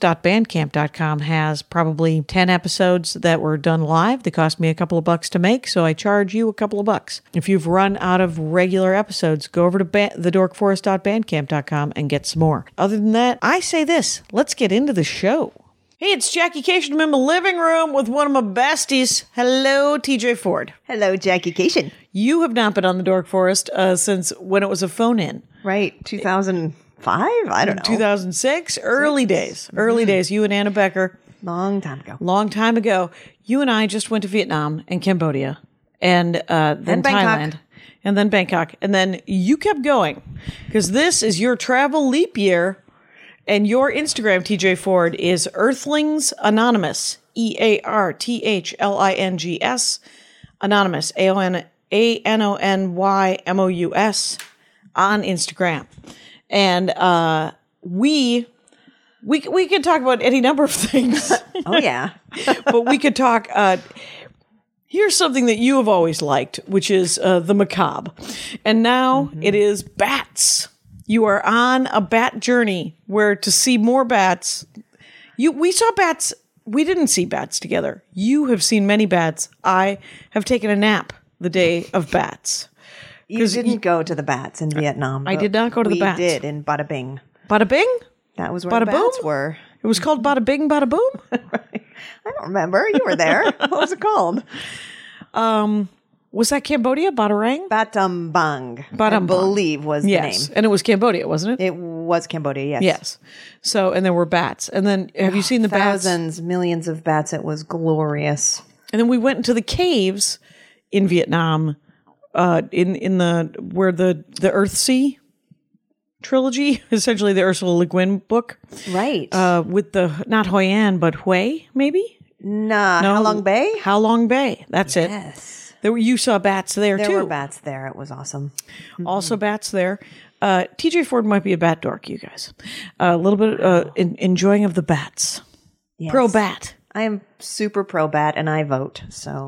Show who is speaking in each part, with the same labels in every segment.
Speaker 1: TheDorkForest.bandcamp.com has probably 10 episodes that were done live. They cost me a couple of bucks to make, so I charge you a couple of bucks. If you've run out of regular episodes, go over to ba- TheDorkForest.bandcamp.com and get some more. Other than that, I say this let's get into the show. Hey, it's Jackie Cation. I'm in my living room with one of my besties. Hello, TJ Ford.
Speaker 2: Hello, Jackie Cation.
Speaker 1: You have not been on the Dork Forest uh, since when it was a phone in.
Speaker 2: Right, 2005? I don't know.
Speaker 1: 2006, early days, early days. You and Anna Becker,
Speaker 2: Long time ago.
Speaker 1: long time ago. You and I just went to Vietnam and Cambodia and uh, then
Speaker 2: And Bangkok.
Speaker 1: Thailand and then Bangkok. And then you kept going because this is your travel leap year. And your Instagram, TJ Ford, is Earthlings Anonymous, E A R T H L I N G S, Anonymous, A O N A N O N Y M O U S, on Instagram. And uh, we. We, we can talk about any number of things
Speaker 2: Oh, yeah.
Speaker 1: but we could talk. Uh, here's something that you have always liked, which is uh, the macabre, and now
Speaker 2: Mm-hmm.
Speaker 1: it is bats. You are on a bat journey where to see more bats. You we saw bats. We didn't see bats together. You have seen many bats. I have taken a nap the day of bats.
Speaker 2: You didn't go to the bats in Vietnam.
Speaker 1: I
Speaker 2: but
Speaker 1: did not go to the bats.
Speaker 2: We did in Bada Bing.
Speaker 1: Bada bing.
Speaker 2: That was where
Speaker 1: Bada
Speaker 2: the bats
Speaker 1: boom?
Speaker 2: were.
Speaker 1: It was called Bada Bing Bada Boom.
Speaker 2: I don't remember. You were there. what was it called?
Speaker 1: Was that Cambodia? Batarang?
Speaker 2: Batam Bang.
Speaker 1: Batam Bang.
Speaker 2: I believe was
Speaker 1: Yes.
Speaker 2: the name.
Speaker 1: And it was Cambodia, wasn't it?
Speaker 2: It was Cambodia, yes.
Speaker 1: Yes. So, and there were bats. And then, have you seen the bats? And
Speaker 2: Thousands, millions of bats. It was glorious.
Speaker 1: then we went into the caves in Vietnam, uh, in in the where the the Earth Sea trilogy, essentially the Ursula Le Guin book,
Speaker 2: Right.
Speaker 1: uh, with the not Hoi An but Hue, maybe
Speaker 2: nah,
Speaker 1: No.
Speaker 2: Halong Bay?
Speaker 1: How Long Bay. That's it.
Speaker 2: Yes.
Speaker 1: There were, you saw bats there,
Speaker 2: There
Speaker 1: too.
Speaker 2: were bats there. It was awesome.
Speaker 1: also bats there. Uh, TJ Ford might be a bat dork, you guys. Uh, a little bit uh, in, enjoying of the bats.
Speaker 2: Yes.
Speaker 1: Pro bat.
Speaker 2: I am super pro bat and I vote. So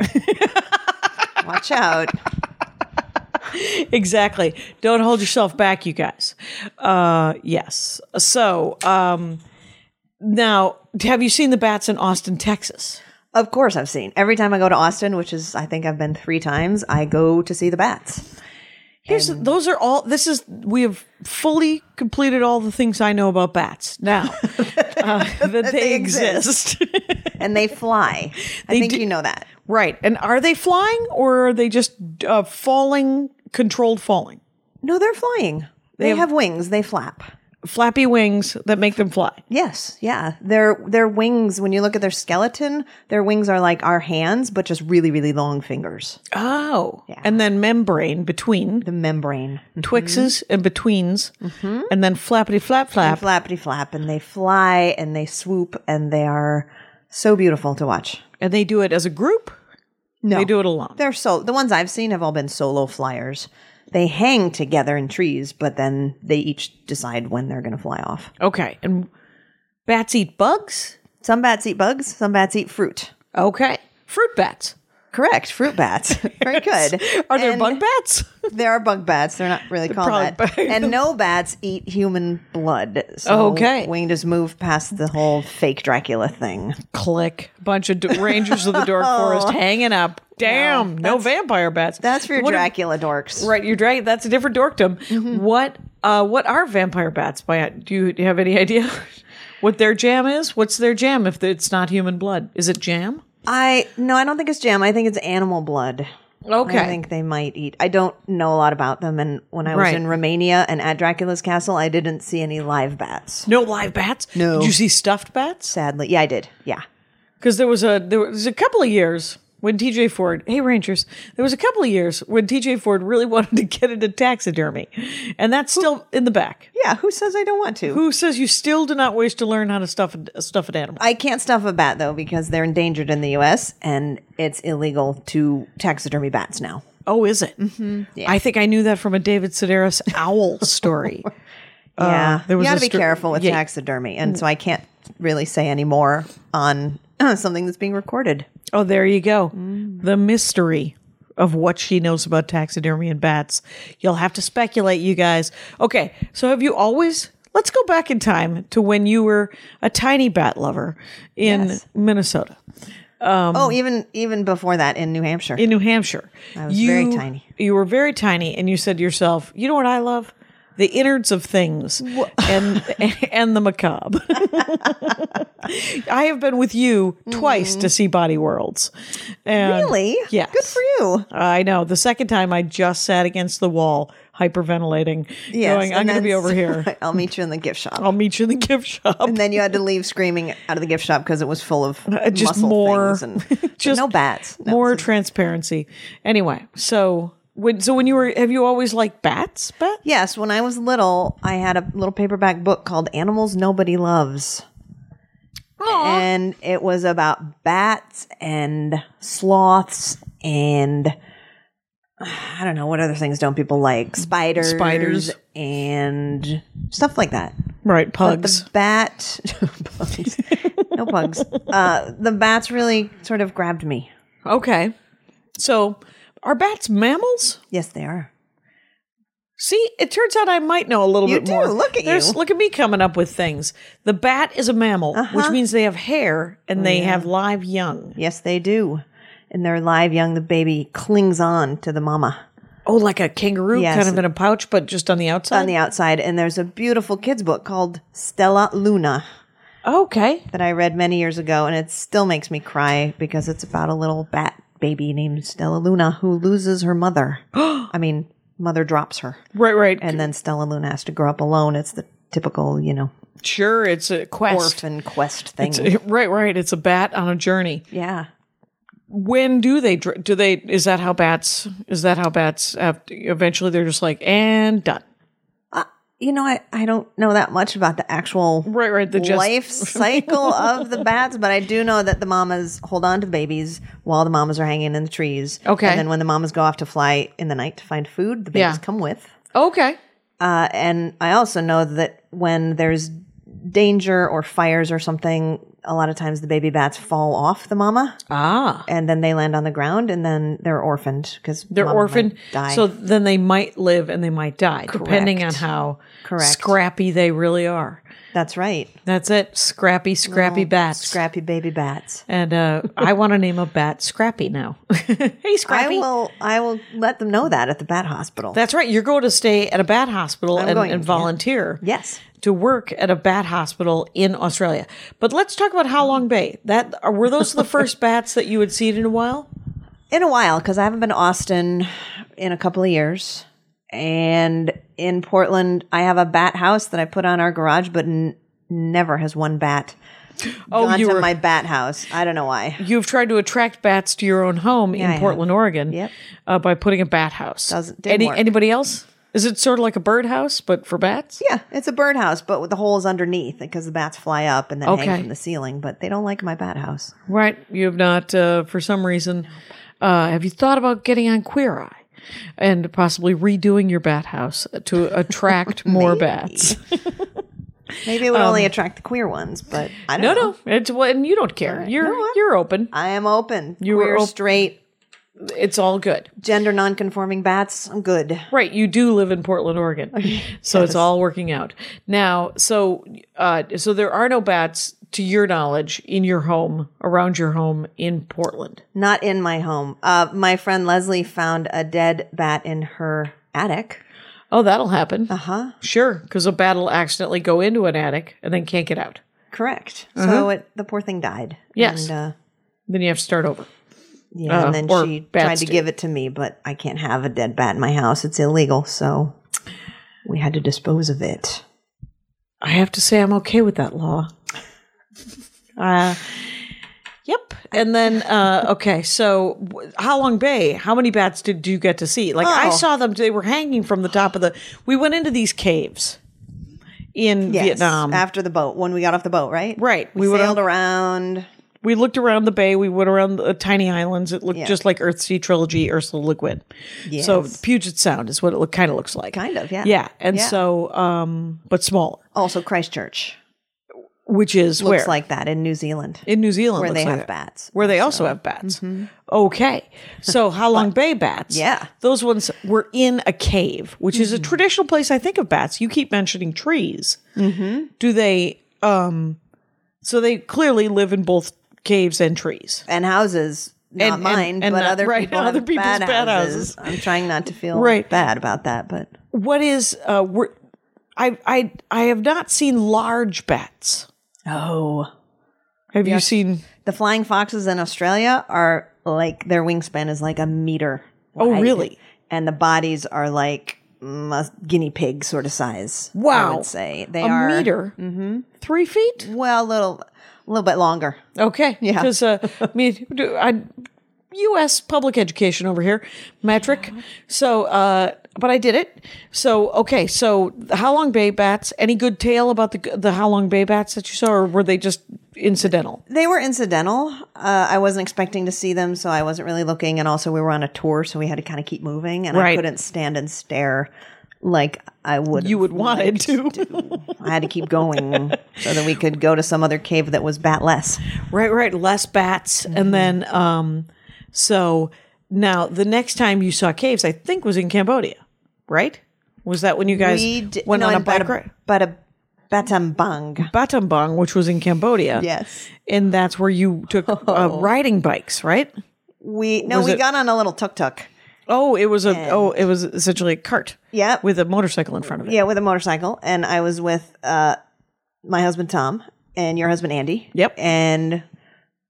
Speaker 2: watch out.
Speaker 1: exactly. Don't hold yourself back, you guys. Uh, yes. So um, now, have you seen the bats in Austin, Texas?
Speaker 2: Of course, I've seen. Every time I go to Austin, which is, I think I've been three times, I go to see the bats.
Speaker 1: Here's those are all. This is we have fully completed all the things I know about bats now uh, that, they,
Speaker 2: they
Speaker 1: exist.
Speaker 2: exist. And they fly. I think
Speaker 1: do-
Speaker 2: you know that.
Speaker 1: right. And are they flying or are they just uh, falling? Controlled falling.
Speaker 2: No, they're flying. They, have, wings. They flap.
Speaker 1: flappy wings that make them fly.
Speaker 2: Yes, yeah. Their their wings, when you look at their skeleton, their wings are like our hands, but just really, really long fingers.
Speaker 1: Oh. And then membrane between
Speaker 2: The membrane.
Speaker 1: twixes and betweens, and then flappity flap flap.
Speaker 2: Flappity flap, and they fly and they swoop and they are so beautiful to watch.
Speaker 1: And they do it as a group.
Speaker 2: No.
Speaker 1: They do it alone.
Speaker 2: They're so the ones I've seen have all been solo flyers. They hang together in trees, but then they each decide when they're gonna fly off.
Speaker 1: Okay. And bats eat bugs?
Speaker 2: Some bats eat bugs, some bats eat fruit.
Speaker 1: Okay. Fruit bats.
Speaker 2: Correct, fruit bats. Very good.
Speaker 1: Are there
Speaker 2: And-
Speaker 1: bug bats?
Speaker 2: There are bug bats. They're not really called
Speaker 1: probably
Speaker 2: that.
Speaker 1: bug-
Speaker 2: And no bats eat human blood. So
Speaker 1: Okay.
Speaker 2: We can just move past the whole fake Dracula thing.
Speaker 1: Click. Bunch of d- rangers of the dark
Speaker 2: Oh.
Speaker 1: forest hanging up. Damn, no vampire bats.
Speaker 2: That's for your Mm-hmm.
Speaker 1: What if-
Speaker 2: Dracula dorks.
Speaker 1: Right, you're right. That's a different dorkdom. What uh, what are vampire bats? By do you, do you have any idea what their jam is? What's their jam if it's not human blood? Is it jam?
Speaker 2: I no, I don't think it's jam. I think it's animal blood.
Speaker 1: Okay.
Speaker 2: I think they might eat. I don't know a lot about them. And when I was
Speaker 1: Right.
Speaker 2: in Romania and at Dracula's castle, I didn't see any live bats.
Speaker 1: no live bats.
Speaker 2: No.
Speaker 1: Did you see stuffed bats?
Speaker 2: Sadly, yeah, I did. Yeah.
Speaker 1: Because there was a there was a couple of years when TJ Ford. Hey Rangers, there was a couple of years when TJ Ford really wanted to get into taxidermy, and that's still in the back.
Speaker 2: Yeah. Who says I don't want to?
Speaker 1: Who says you still do not wish to learn how to stuff a, stuff an animal?
Speaker 2: I can't stuff a bat though because they're endangered in the U.S. and it's illegal to taxidermy bats now.
Speaker 1: Oh, is it? Mm-hmm. I think I knew that from a David Sedaris owl story.
Speaker 2: Yeah,
Speaker 1: Uh, there was
Speaker 2: you got
Speaker 1: a
Speaker 2: to be
Speaker 1: str-
Speaker 2: careful with
Speaker 1: yeah. Mm.
Speaker 2: taxidermy, and so I can't really say any more on something that's being recorded.
Speaker 1: Oh, there you go.
Speaker 2: Mm.
Speaker 1: The mystery of what she knows about taxidermy and bats. You'll have to speculate, you guys. Okay, so have you always. Let's go back in time to when you were a tiny bat lover in
Speaker 2: Yes.
Speaker 1: Minnesota, Um,
Speaker 2: oh, even even before that, in New Hampshire,
Speaker 1: in New Hampshire. I
Speaker 2: was very tiny.
Speaker 1: You were very tiny, and you said to yourself, You know what I love? The innards of things and, and the macabre. I have been with you twice to see Body Worlds. And-
Speaker 2: Mm. really,
Speaker 1: Yes.
Speaker 2: good for you.
Speaker 1: I know. The second time I just sat against the wall, hyperventilating,
Speaker 2: Yes,
Speaker 1: going, I'm
Speaker 2: and
Speaker 1: going to be
Speaker 2: then-
Speaker 1: over here.
Speaker 2: I'll meet you in the gift shop.
Speaker 1: I'll meet you in the gift shop.
Speaker 2: and then you had to leave screaming out of the gift shop because it was full of
Speaker 1: Uh, Just
Speaker 2: muscle
Speaker 1: more,
Speaker 2: things and but
Speaker 1: just
Speaker 2: no bats. No,
Speaker 1: more
Speaker 2: it's just-
Speaker 1: transparency. Anyway, so when so when you were, have you always liked bats? Bat?
Speaker 2: Yes, when I was little, I had a little paperback book called Animals Nobody Loves. And it was about bats and sloths and I don't know what other things don't people like? Spiders,
Speaker 1: Spiders.
Speaker 2: and stuff like that.
Speaker 1: Right,
Speaker 2: But
Speaker 1: pugs.
Speaker 2: the bat, pugs, no pugs. Uh, the bats really sort of grabbed me.
Speaker 1: okay. So are bats mammals?
Speaker 2: Yes, they are.
Speaker 1: See, it turns out I might know a little
Speaker 2: You
Speaker 1: bit
Speaker 2: do.
Speaker 1: more.
Speaker 2: Look at you.
Speaker 1: Look at me coming up with things. The bat is a mammal, which
Speaker 2: Uh-huh.
Speaker 1: means they have hair and they
Speaker 2: Oh,
Speaker 1: have live young.
Speaker 2: Yes, they do. And they're live young. The baby clings on to the mama.
Speaker 1: Oh, like a kangaroo,
Speaker 2: Yes.
Speaker 1: kind of in a pouch, but just on the outside.
Speaker 2: on the outside, and there's a beautiful kids book called Stella Luna
Speaker 1: okay.
Speaker 2: that I read many years ago, and it still makes me cry because it's about a little bat baby named Stella Luna who loses her mother. I mean, mother drops her,
Speaker 1: Right, right.
Speaker 2: and then Stella Luna has to grow up alone. It's the typical, you know,
Speaker 1: sure, it's a quest.
Speaker 2: orphan quest thing.
Speaker 1: Right, right. It's a bat on a journey.
Speaker 2: yeah.
Speaker 1: When do they dr- do they? Is that how bats? Is that how bats? Have, eventually, they're just like and done.
Speaker 2: You know, I, I don't know that much about the actual
Speaker 1: Right, right. The just
Speaker 2: life cycle of the bats, but I do know that the mamas hold on to babies while the mamas are hanging in the trees.
Speaker 1: Okay.
Speaker 2: And then when the mamas go off to fly in the night to find food, the babies
Speaker 1: Yeah.
Speaker 2: come with.
Speaker 1: okay.
Speaker 2: Uh, and I also know that when there's danger or fires or something, a lot of times the baby bats fall off the mama
Speaker 1: Ah,
Speaker 2: and then they land on the ground and then they're orphaned because
Speaker 1: they're orphaned.
Speaker 2: Die.
Speaker 1: So then they might live and they might die, depending on
Speaker 2: Correct.
Speaker 1: how
Speaker 2: Correct.
Speaker 1: scrappy they really are.
Speaker 2: that's right.
Speaker 1: That's it. Scrappy, scrappy bats.
Speaker 2: Scrappy baby bats.
Speaker 1: and uh, I want to name a bat Scrappy now. hey, Scrappy.
Speaker 2: I will. I will let them know that at the bat hospital.
Speaker 1: That's right. You're going to stay at a bat hospital and,
Speaker 2: going,
Speaker 1: and
Speaker 2: yeah.
Speaker 1: volunteer.
Speaker 2: yes.
Speaker 1: To work at a bat hospital in Australia. But let's talk about How Long Bay. That are- were those the first bats that you had seen in a while?
Speaker 2: in a while because I haven't been to Austin in a couple of years, and in Portland, I have a bat house that I put on our garage, but n- never has one bat
Speaker 1: Oh,
Speaker 2: gone
Speaker 1: you
Speaker 2: to
Speaker 1: were-
Speaker 2: my bat house. I don't know why.
Speaker 1: You've tried to attract bats to your own home
Speaker 2: I
Speaker 1: in
Speaker 2: have.
Speaker 1: Portland, Oregon,
Speaker 2: Yep.
Speaker 1: uh, by putting a bat house.
Speaker 2: Doesn't- didn't
Speaker 1: Any,
Speaker 2: work.
Speaker 1: anybody else? Is it sort of like a birdhouse but for bats?
Speaker 2: Yeah, it's a birdhouse, but with the holes underneath because the bats fly up and then
Speaker 1: Okay.
Speaker 2: hang from the ceiling. But they don't like my bat house.
Speaker 1: Right. You have not, uh, for some reason, uh, have you thought about getting on Queer Eye and possibly redoing your bat house to attract more bats?
Speaker 2: Maybe it would only attract the queer ones, but I
Speaker 1: Um, No,
Speaker 2: don't know.
Speaker 1: no. It's well, and you don't care. You're
Speaker 2: No, I-
Speaker 1: you're open.
Speaker 2: I am open.
Speaker 1: You were
Speaker 2: queer,
Speaker 1: op-
Speaker 2: straight,
Speaker 1: It's all good.
Speaker 2: gender non-conforming bats. I'm good.
Speaker 1: Right, you do live in Portland, Oregon, so it's all working out now. So, uh, so there are no bats, to your knowledge, in your home, around your home in Portland.
Speaker 2: Not in my home. Uh, my friend Leslie found a dead bat in her attic.
Speaker 1: Oh, that'll happen.
Speaker 2: Uh huh.
Speaker 1: Sure, because a bat will accidentally go into an attic and then can't get out.
Speaker 2: Correct. So it, the poor thing died.
Speaker 1: Uh-huh. Yes.
Speaker 2: And, uh,
Speaker 1: Then you have to start over.
Speaker 2: yeah,
Speaker 1: Uh,
Speaker 2: and then
Speaker 1: or
Speaker 2: she
Speaker 1: bats
Speaker 2: tried to
Speaker 1: do.
Speaker 2: give it to me, but I can't have a dead bat in my house. It's illegal. So we had to dispose of it.
Speaker 1: I have to say, I'm okay with that law. Uh, yep. And then, uh, okay, so w- How Long Bay, how many bats did you get to see? Like, I
Speaker 2: Oh.
Speaker 1: saw them, they were hanging from the top of the. We went into these caves in
Speaker 2: Yes,
Speaker 1: Vietnam.
Speaker 2: After the boat, when we got off the boat, right?
Speaker 1: Right.
Speaker 2: We,
Speaker 1: We went
Speaker 2: sailed
Speaker 1: on-
Speaker 2: around.
Speaker 1: we looked around the bay, we went around the tiny islands. It looked
Speaker 2: Yeah.
Speaker 1: just like Earth Sea Trilogy, Ursula Le Guin. So,
Speaker 2: Yes.
Speaker 1: Puget Sound is what it look, kind of looks like.
Speaker 2: Kind of, yeah.
Speaker 1: Yeah. And
Speaker 2: Yeah.
Speaker 1: so, um, but smaller,
Speaker 2: Also, Christchurch
Speaker 1: which is
Speaker 2: looks
Speaker 1: where?
Speaker 2: like that in New Zealand,
Speaker 1: in New Zealand,
Speaker 2: where
Speaker 1: looks
Speaker 2: they
Speaker 1: like
Speaker 2: have
Speaker 1: that.
Speaker 2: bats.
Speaker 1: where they also have bats. Okay. So Halong Bay bats.
Speaker 2: mm-hmm. Yeah. Mm-hmm.
Speaker 1: Those ones were in a cave, which is a traditional place I think of bats. You keep mentioning trees. Mm-hmm. Do they um so they clearly live in both caves and trees.
Speaker 2: and houses. Not
Speaker 1: And- and-
Speaker 2: mine,
Speaker 1: and
Speaker 2: but
Speaker 1: not-
Speaker 2: other
Speaker 1: right,
Speaker 2: people
Speaker 1: other
Speaker 2: have
Speaker 1: people's
Speaker 2: bad
Speaker 1: bat houses.
Speaker 2: houses. I'm trying not to feel
Speaker 1: Right.
Speaker 2: bad about that, but
Speaker 1: What is uh were, I I I have not seen large bats.
Speaker 2: oh,
Speaker 1: Have you seen
Speaker 2: The flying foxes in Australia are like their wingspan is like a meter.
Speaker 1: Oh,
Speaker 2: wide.
Speaker 1: really?
Speaker 2: And the bodies are like mm, a guinea pig sort of size.
Speaker 1: Wow.
Speaker 2: I would say they
Speaker 1: a
Speaker 2: are
Speaker 1: meter? Mm-hmm. Three feet?
Speaker 2: Well, a little, a little bit longer.
Speaker 1: Okay.
Speaker 2: Yeah.
Speaker 1: Because uh, I mean, do- I U.S. public education over here, metric. So, uh, but I did it. So okay. So the How Long Bay bats. Any good tale about the the How Long Bay bats that you saw, or were they just incidental?
Speaker 2: They were incidental. Uh, I wasn't expecting to see them, so I wasn't really looking. And also, we were on a tour, so we had to kind of keep moving, and
Speaker 1: Right.
Speaker 2: I couldn't stand and stare like I would.
Speaker 1: You would wanted to.
Speaker 2: I had to keep going so that we could go to some other cave that was batless.
Speaker 1: right. Right. Less bats, and then um, so now the next time you saw caves, I think was in Cambodia, right? Was that when you guys
Speaker 2: we d-
Speaker 1: went
Speaker 2: no,
Speaker 1: on a
Speaker 2: in Bata-
Speaker 1: bike ride?
Speaker 2: Bata- Batambang.
Speaker 1: Battambang, which was in Cambodia.
Speaker 2: Yes.
Speaker 1: And that's where you took uh,
Speaker 2: Oh.
Speaker 1: riding bikes, right?
Speaker 2: We no,
Speaker 1: Was
Speaker 2: we
Speaker 1: it-
Speaker 2: got on a little tuk tuk.
Speaker 1: Oh, it was a oh, it was essentially a cart.
Speaker 2: Yeah.
Speaker 1: With a motorcycle in front of it.
Speaker 2: Yeah, with a motorcycle, and I was with uh, my husband Tom and your husband Andy.
Speaker 1: Yep.
Speaker 2: And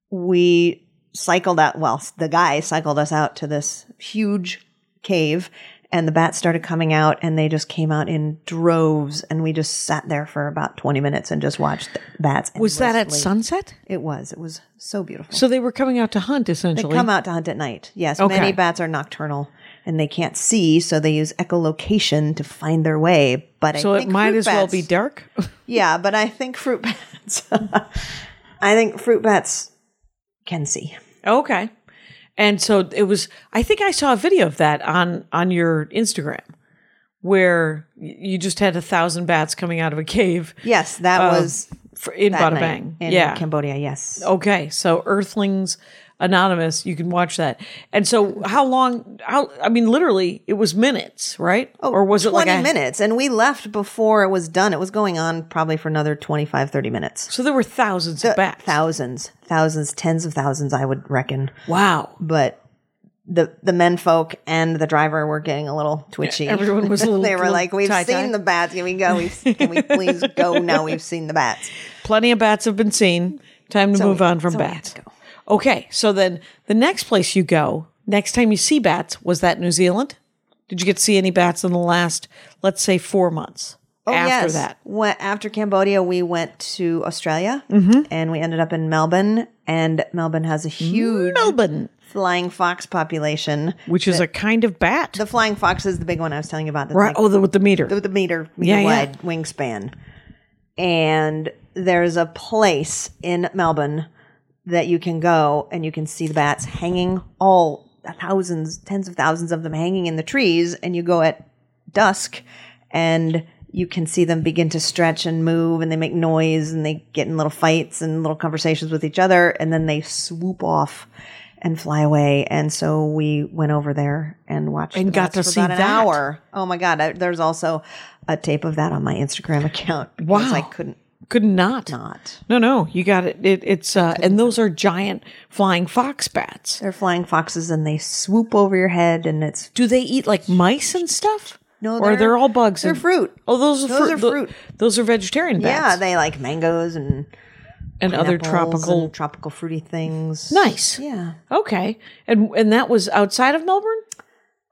Speaker 2: we cycled out. Well, the guy cycled us out to this huge cave, and the bats started coming out, and they just came out in droves, and we just sat there for about twenty minutes and just watched the bats.
Speaker 1: Was that at
Speaker 2: endlessly.
Speaker 1: sunset?
Speaker 2: It was. It was so beautiful.
Speaker 1: So they were coming out to hunt essentially.
Speaker 2: Come out to hunt at night. Yes,
Speaker 1: Okay.
Speaker 2: many bats are nocturnal and they can't see, so they use echolocation to find their way. But
Speaker 1: so
Speaker 2: I
Speaker 1: it
Speaker 2: think
Speaker 1: might
Speaker 2: fruit
Speaker 1: as well
Speaker 2: bats-
Speaker 1: be dark.
Speaker 2: Yeah, but I think fruit bats. I think fruit bats can see.
Speaker 1: okay. And so it was I think I saw a video of that on on your Instagram where y- you just had a thousand bats coming out of a cave
Speaker 2: Yes, that was
Speaker 1: for, in
Speaker 2: that
Speaker 1: Oh, Bada
Speaker 2: night
Speaker 1: Bang.
Speaker 2: in
Speaker 1: yeah.
Speaker 2: Cambodia. Yes,
Speaker 1: Okay, so Earthlings Anonymous, you can watch that. And so, how long? How I mean, literally, it was minutes, right? Oh, or was it like
Speaker 2: twenty
Speaker 1: a-
Speaker 2: minutes, and we left before it was done. It was going on probably for another 25, 30 minutes.
Speaker 1: So there were thousands of bats.
Speaker 2: Thousands, thousands, tens of thousands, I would reckon.
Speaker 1: wow,
Speaker 2: but the the men folk and the driver were getting a little twitchy.
Speaker 1: everyone was a little.
Speaker 2: they were
Speaker 1: little
Speaker 2: like, "We've
Speaker 1: tie-tie.
Speaker 2: seen the bats. Can we go? We've, can we please go now? We've seen the bats."
Speaker 1: plenty of bats have been seen. Time to move on from
Speaker 2: so we had
Speaker 1: bats.
Speaker 2: to go.
Speaker 1: Okay, so then the next place you go, next time you see bats, was that New Zealand? Did you get to see any bats in the last, let's say, four months
Speaker 2: Oh,
Speaker 1: after that?
Speaker 2: When, after Cambodia, we went to Australia
Speaker 1: Mm-hmm.
Speaker 2: and we ended up in Melbourne. And Melbourne has a huge
Speaker 1: Melbourne,
Speaker 2: flying fox population.
Speaker 1: which is a kind of bat.
Speaker 2: The flying fox is the big one I was telling you about. that's
Speaker 1: right.
Speaker 2: like
Speaker 1: Oh, the, with the meter.
Speaker 2: with the meter,
Speaker 1: Yeah,
Speaker 2: meter
Speaker 1: yeah.
Speaker 2: wide wingspan. And there's a place in Melbourne that you can go and you can see the bats hanging all thousands, tens of thousands of them hanging in the trees. And you go at dusk and you can see them begin to stretch and move and they make noise and they get in little fights and little conversations with each other and then they swoop off and fly away and so we went over there and watched
Speaker 1: And
Speaker 2: the
Speaker 1: got
Speaker 2: bats
Speaker 1: to
Speaker 2: for
Speaker 1: see
Speaker 2: about an
Speaker 1: that.
Speaker 2: hour oh my god I, there's also a tape of that on my instagram account because
Speaker 1: Wow.
Speaker 2: i couldn't
Speaker 1: Could not.
Speaker 2: not
Speaker 1: No, no, you got it. it it's uh, and those are giant flying fox bats.
Speaker 2: they're flying foxes and they swoop over your head and it's
Speaker 1: Do they eat like mice and stuff?
Speaker 2: No,
Speaker 1: or
Speaker 2: they're-
Speaker 1: they're all bugs.
Speaker 2: they're
Speaker 1: and-
Speaker 2: fruit.
Speaker 1: Oh, those are
Speaker 2: Those
Speaker 1: fruit.
Speaker 2: are
Speaker 1: tho-
Speaker 2: fruit.
Speaker 1: those are vegetarian
Speaker 2: yeah
Speaker 1: bats.
Speaker 2: they like mangoes and
Speaker 1: and other
Speaker 2: pineapples
Speaker 1: tropical.
Speaker 2: and tropical fruity things
Speaker 1: nice.
Speaker 2: yeah
Speaker 1: Okay, and and that was outside of Melbourne.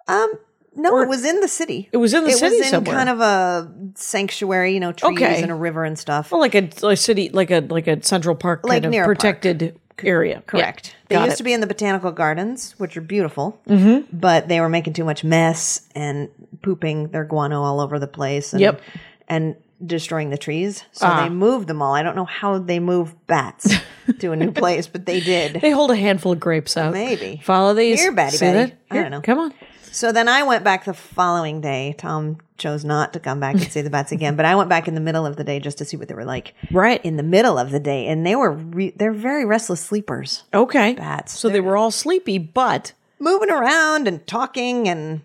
Speaker 2: Um, no, it was in the city.
Speaker 1: It was in the city
Speaker 2: It was in
Speaker 1: somewhere.
Speaker 2: kind of a sanctuary, you know, trees
Speaker 1: Okay.
Speaker 2: and a river and stuff.
Speaker 1: Well, Oh, like a, a city, like a like a Central Park
Speaker 2: Like
Speaker 1: kind
Speaker 2: near
Speaker 1: of
Speaker 2: a park.
Speaker 1: protected area.
Speaker 2: Correct.
Speaker 1: Yeah.
Speaker 2: They
Speaker 1: Got
Speaker 2: used
Speaker 1: it.
Speaker 2: to be in the botanical gardens, which are beautiful, mm-hmm. but they were making too much mess and pooping their guano all over the place. And,
Speaker 1: Yep. Ah.
Speaker 2: And destroying the trees, so they moved them all. I don't know how they moved bats to a new place, but they did.
Speaker 1: They hold a handful of grapes out.
Speaker 2: Maybe.
Speaker 1: follow these.
Speaker 2: Here, batty
Speaker 1: See
Speaker 2: batty.
Speaker 1: that?
Speaker 2: I
Speaker 1: Here,
Speaker 2: don't know.
Speaker 1: Come on.
Speaker 2: So then I went back the following day. Tom chose not to come back and see the bats again, but I went back in the middle of the day just to see what they were like.
Speaker 1: Right.
Speaker 2: in the middle of the day, and they were re- they're very restless sleepers,
Speaker 1: Okay.
Speaker 2: Bats.
Speaker 1: So they were all sleepy, but
Speaker 2: moving around and talking and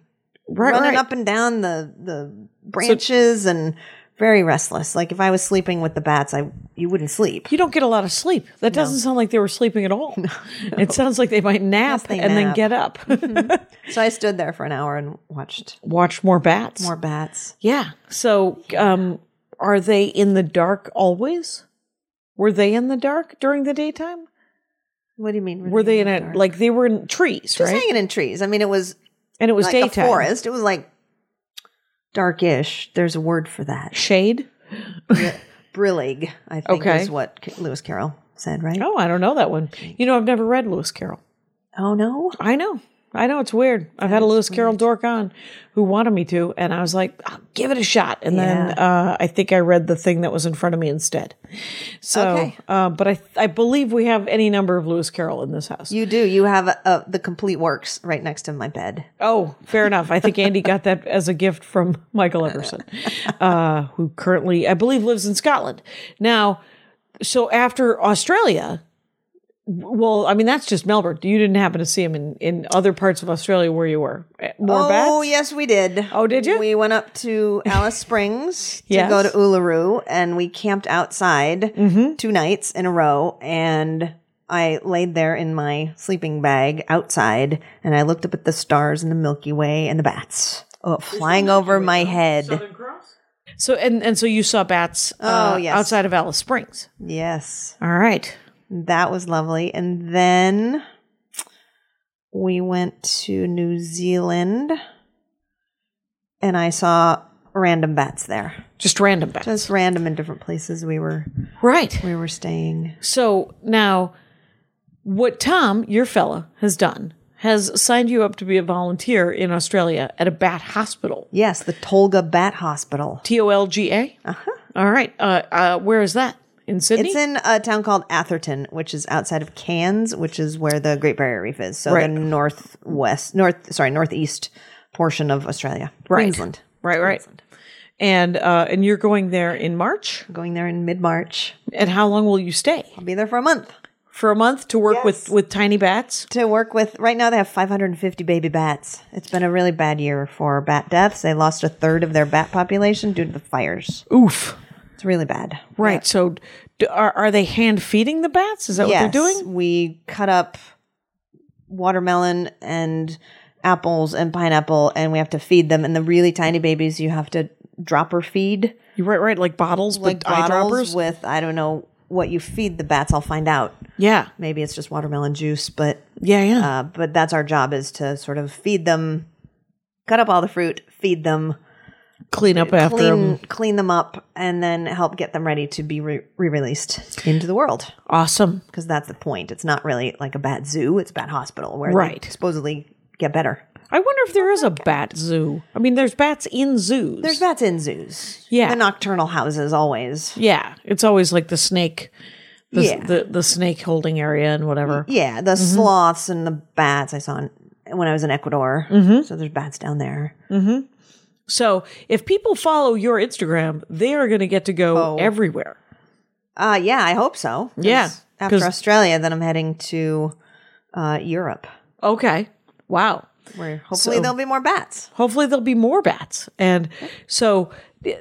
Speaker 1: right,
Speaker 2: running
Speaker 1: right.
Speaker 2: up and down the the branches and very restless. Like if I was sleeping with the bats, I you wouldn't sleep.
Speaker 1: You don't get a lot of sleep. That doesn't sound like they were sleeping at all. It sounds like they might nap
Speaker 2: they
Speaker 1: and then
Speaker 2: nap. Mm-hmm.
Speaker 1: get up.
Speaker 2: So I stood there for an hour and watched
Speaker 1: Watch more bats.
Speaker 2: more bats.
Speaker 1: Yeah. So, um, are they in the dark always? Were they in the dark during the daytime?
Speaker 2: What do you mean?
Speaker 1: Were they in
Speaker 2: the
Speaker 1: a
Speaker 2: dark?
Speaker 1: like they were in trees,
Speaker 2: just
Speaker 1: right?
Speaker 2: hanging in trees? I mean, it was
Speaker 1: And it was
Speaker 2: like
Speaker 1: daytime.
Speaker 2: a forest. It was like darkish. There's a word for that.
Speaker 1: Shade?
Speaker 2: Brillig, I think
Speaker 1: Okay.
Speaker 2: is what K- Lewis Carroll said, right?
Speaker 1: Oh, I don't know that one. You know, I've never read Lewis Carroll.
Speaker 2: oh no.
Speaker 1: I know. I know it's weird. I've had a Lewis Carroll dork on who wanted me to, and I was like, I'll give it a shot. And then uh, I think I read the thing that was in front of me instead. So,
Speaker 2: Okay.
Speaker 1: uh, but I, I believe we have any number of Lewis Carroll in this house.
Speaker 2: You do. You have uh, the complete works right next to my bed.
Speaker 1: Oh, fair enough. I think Andy got that as a gift from Michael Everson, uh, who currently, I believe, lives in Scotland. Now, so after Australia, w- well, I mean, that's just Melbourne. You didn't happen to see him in, in other parts of Australia where you were. Eh, More bats?
Speaker 2: Oh, yes, we did.
Speaker 1: Oh, did you?
Speaker 2: We went up to Alice Springs
Speaker 1: Yes. Mm-hmm.
Speaker 2: to go to Uluru, and we camped outside two nights in a row. And I laid there in my sleeping bag outside, and I looked up at the stars and the Milky Way and the bats oh, flying over my head.
Speaker 1: So, and, and so you saw bats uh,
Speaker 2: Oh, yes.
Speaker 1: outside of Alice Springs.
Speaker 2: Yes,
Speaker 1: All right.
Speaker 2: that was lovely. And then we went to New Zealand, and I saw random bats there.
Speaker 1: Just random bats.
Speaker 2: just random in different places we were
Speaker 1: right.
Speaker 2: we were staying.
Speaker 1: So now, what Tom, your fella, has done has signed you up to be a volunteer in Australia at a bat hospital.
Speaker 2: Yes, the Tolga Bat Hospital.
Speaker 1: T O L G A? Uh huh. All right. Uh, uh, where is that? In Sydney?
Speaker 2: Uh-huh. It's in a town called Atherton, which is outside of Cairns, which is where the Great Barrier Reef is. So
Speaker 1: Right.
Speaker 2: the northwest, north sorry, northeast portion of Australia,
Speaker 1: right.
Speaker 2: Queensland.
Speaker 1: Right, right. And uh, and you're going there in March.
Speaker 2: Going there in mid March.
Speaker 1: And how long will you stay?
Speaker 2: I'll be there for a month
Speaker 1: For a month to work with with tiny bats.
Speaker 2: to work with. Right now, they have 550 baby bats. It's been a really bad year for bat deaths. They lost a third of their bat population due to the fires.
Speaker 1: Oof.
Speaker 2: It's really bad.
Speaker 1: Right. So d- are are they hand feeding the bats? Is that what they're doing?
Speaker 2: We cut up watermelon and apples and pineapple, and we have to feed them. And the really tiny babies, you have to dropper feed,
Speaker 1: You right, right, like bottles
Speaker 2: like
Speaker 1: with eyedroppers.
Speaker 2: bottles with I don't know what you feed the bats. I'll find out.
Speaker 1: yeah.
Speaker 2: Maybe it's just watermelon juice, but
Speaker 1: Yeah, yeah.
Speaker 2: uh, but that's our job is to sort of feed them cut up all the fruit, feed them,
Speaker 1: Clean up after
Speaker 2: clean
Speaker 1: them.
Speaker 2: clean them up, and then help get them ready to be re released into the world.
Speaker 1: Awesome.
Speaker 2: Because that's the point. It's not really like a bat zoo; it's bat hospital where
Speaker 1: Right.
Speaker 2: they supposedly get better.
Speaker 1: I wonder if there is a bat zoo. I mean, there's bats in zoos.
Speaker 2: There's bats in zoos.
Speaker 1: Yeah.
Speaker 2: the nocturnal houses always.
Speaker 1: Yeah, it's always like the snake, the
Speaker 2: Yeah.
Speaker 1: the, the snake holding area and whatever.
Speaker 2: Yeah, the sloths and the bats I saw in, when I was in Ecuador. Mm-hmm. So there's bats down there.
Speaker 1: So if people follow your Instagram, they are going to get to go
Speaker 2: Oh.
Speaker 1: everywhere.
Speaker 2: Uh, yeah, I hope so. 'Cause
Speaker 1: Yeah,
Speaker 2: After
Speaker 1: 'cause-
Speaker 2: Australia, then I'm heading to uh, Europe,
Speaker 1: Okay, wow.
Speaker 2: where hopefully there'll be more bats.
Speaker 1: Hopefully there'll be more bats, and so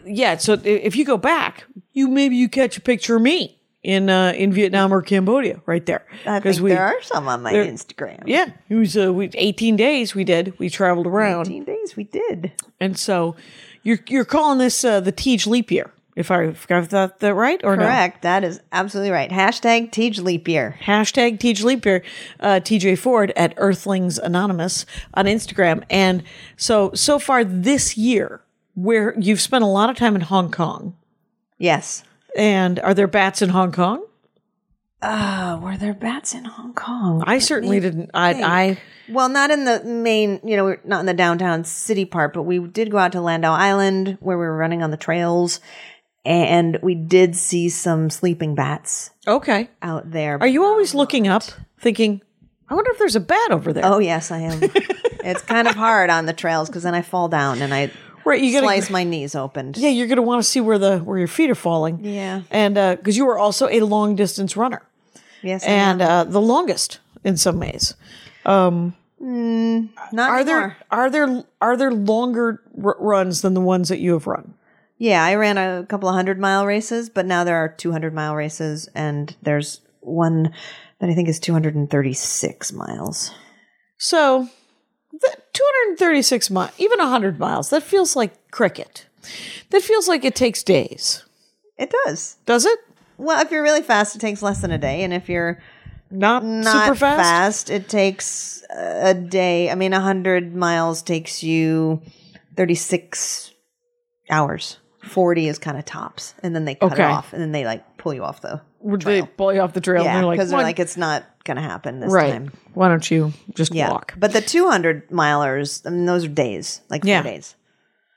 Speaker 1: yeah. So i- if you go back, you maybe you catch a picture of me in uh, in Vietnam or Cambodia, right there.
Speaker 2: I
Speaker 1: 'Cause
Speaker 2: think there are some on my
Speaker 1: there-
Speaker 2: Instagram.
Speaker 1: Yeah, it was uh, we, eighteen days. We did. We traveled around.
Speaker 2: 15 days we did.
Speaker 1: And so you're you're calling this uh, the Teej leap year, if I if I thought that right or no?
Speaker 2: Correct. That is absolutely right. Hashtag Teej Leap Year.
Speaker 1: Hashtag Teej leap year, uh, TJ Ford at Earthlings Anonymous on Instagram. And so so far this year, where you've spent a lot of time in Hong Kong,
Speaker 2: Yes.
Speaker 1: and are there bats in Hong Kong?
Speaker 2: Uh, were there bats in Hong Kong?
Speaker 1: I certainly didn't. I
Speaker 2: Well, not in the main, you know, not in the downtown city part, but we did go out to Landau Island where we were running on the trails and we did see some sleeping bats
Speaker 1: I okay.
Speaker 2: out there.
Speaker 1: Are you always looking up, thinking, I wonder if there's a bat over there?
Speaker 2: Oh, yes, I am. it's kind of hard on the trails because then I fall down and I
Speaker 1: right, you gotta-
Speaker 2: slice my knees open.
Speaker 1: Yeah, you're going to want to see where the where your feet are falling.
Speaker 2: Yeah.
Speaker 1: and because you are also a long distance runner
Speaker 2: Yes. I am.
Speaker 1: and uh, the longest in some ways.
Speaker 2: not
Speaker 1: Are
Speaker 2: anymore.
Speaker 1: there are there are there longer r- runs than the ones that you have run?
Speaker 2: Yeah, I ran a couple of hundred mile races, but now there are 200 mile races, and there's one that I think is 236 miles.
Speaker 1: So, the 236 miles, even 100 miles, that feels like cricket. That feels like it takes days,
Speaker 2: It does.
Speaker 1: does it?
Speaker 2: Well, if you're really fast, it takes less than a day, and if you're
Speaker 1: Not,
Speaker 2: not
Speaker 1: super fast.
Speaker 2: it takes a day. I mean, 100 miles takes you 36 hours. 40 is kind of tops, and then they cut
Speaker 1: Okay.
Speaker 2: it off, and then they like pull you off the
Speaker 1: Would They pull you off the trail.
Speaker 2: yeah
Speaker 1: and
Speaker 2: because they're
Speaker 1: "Why-
Speaker 2: like it's not going to happen this
Speaker 1: right.
Speaker 2: time.
Speaker 1: Why don't you just
Speaker 2: Yeah.
Speaker 1: walk?
Speaker 2: But the 200 milers, I mean, those are days, like
Speaker 1: Yeah.
Speaker 2: four days.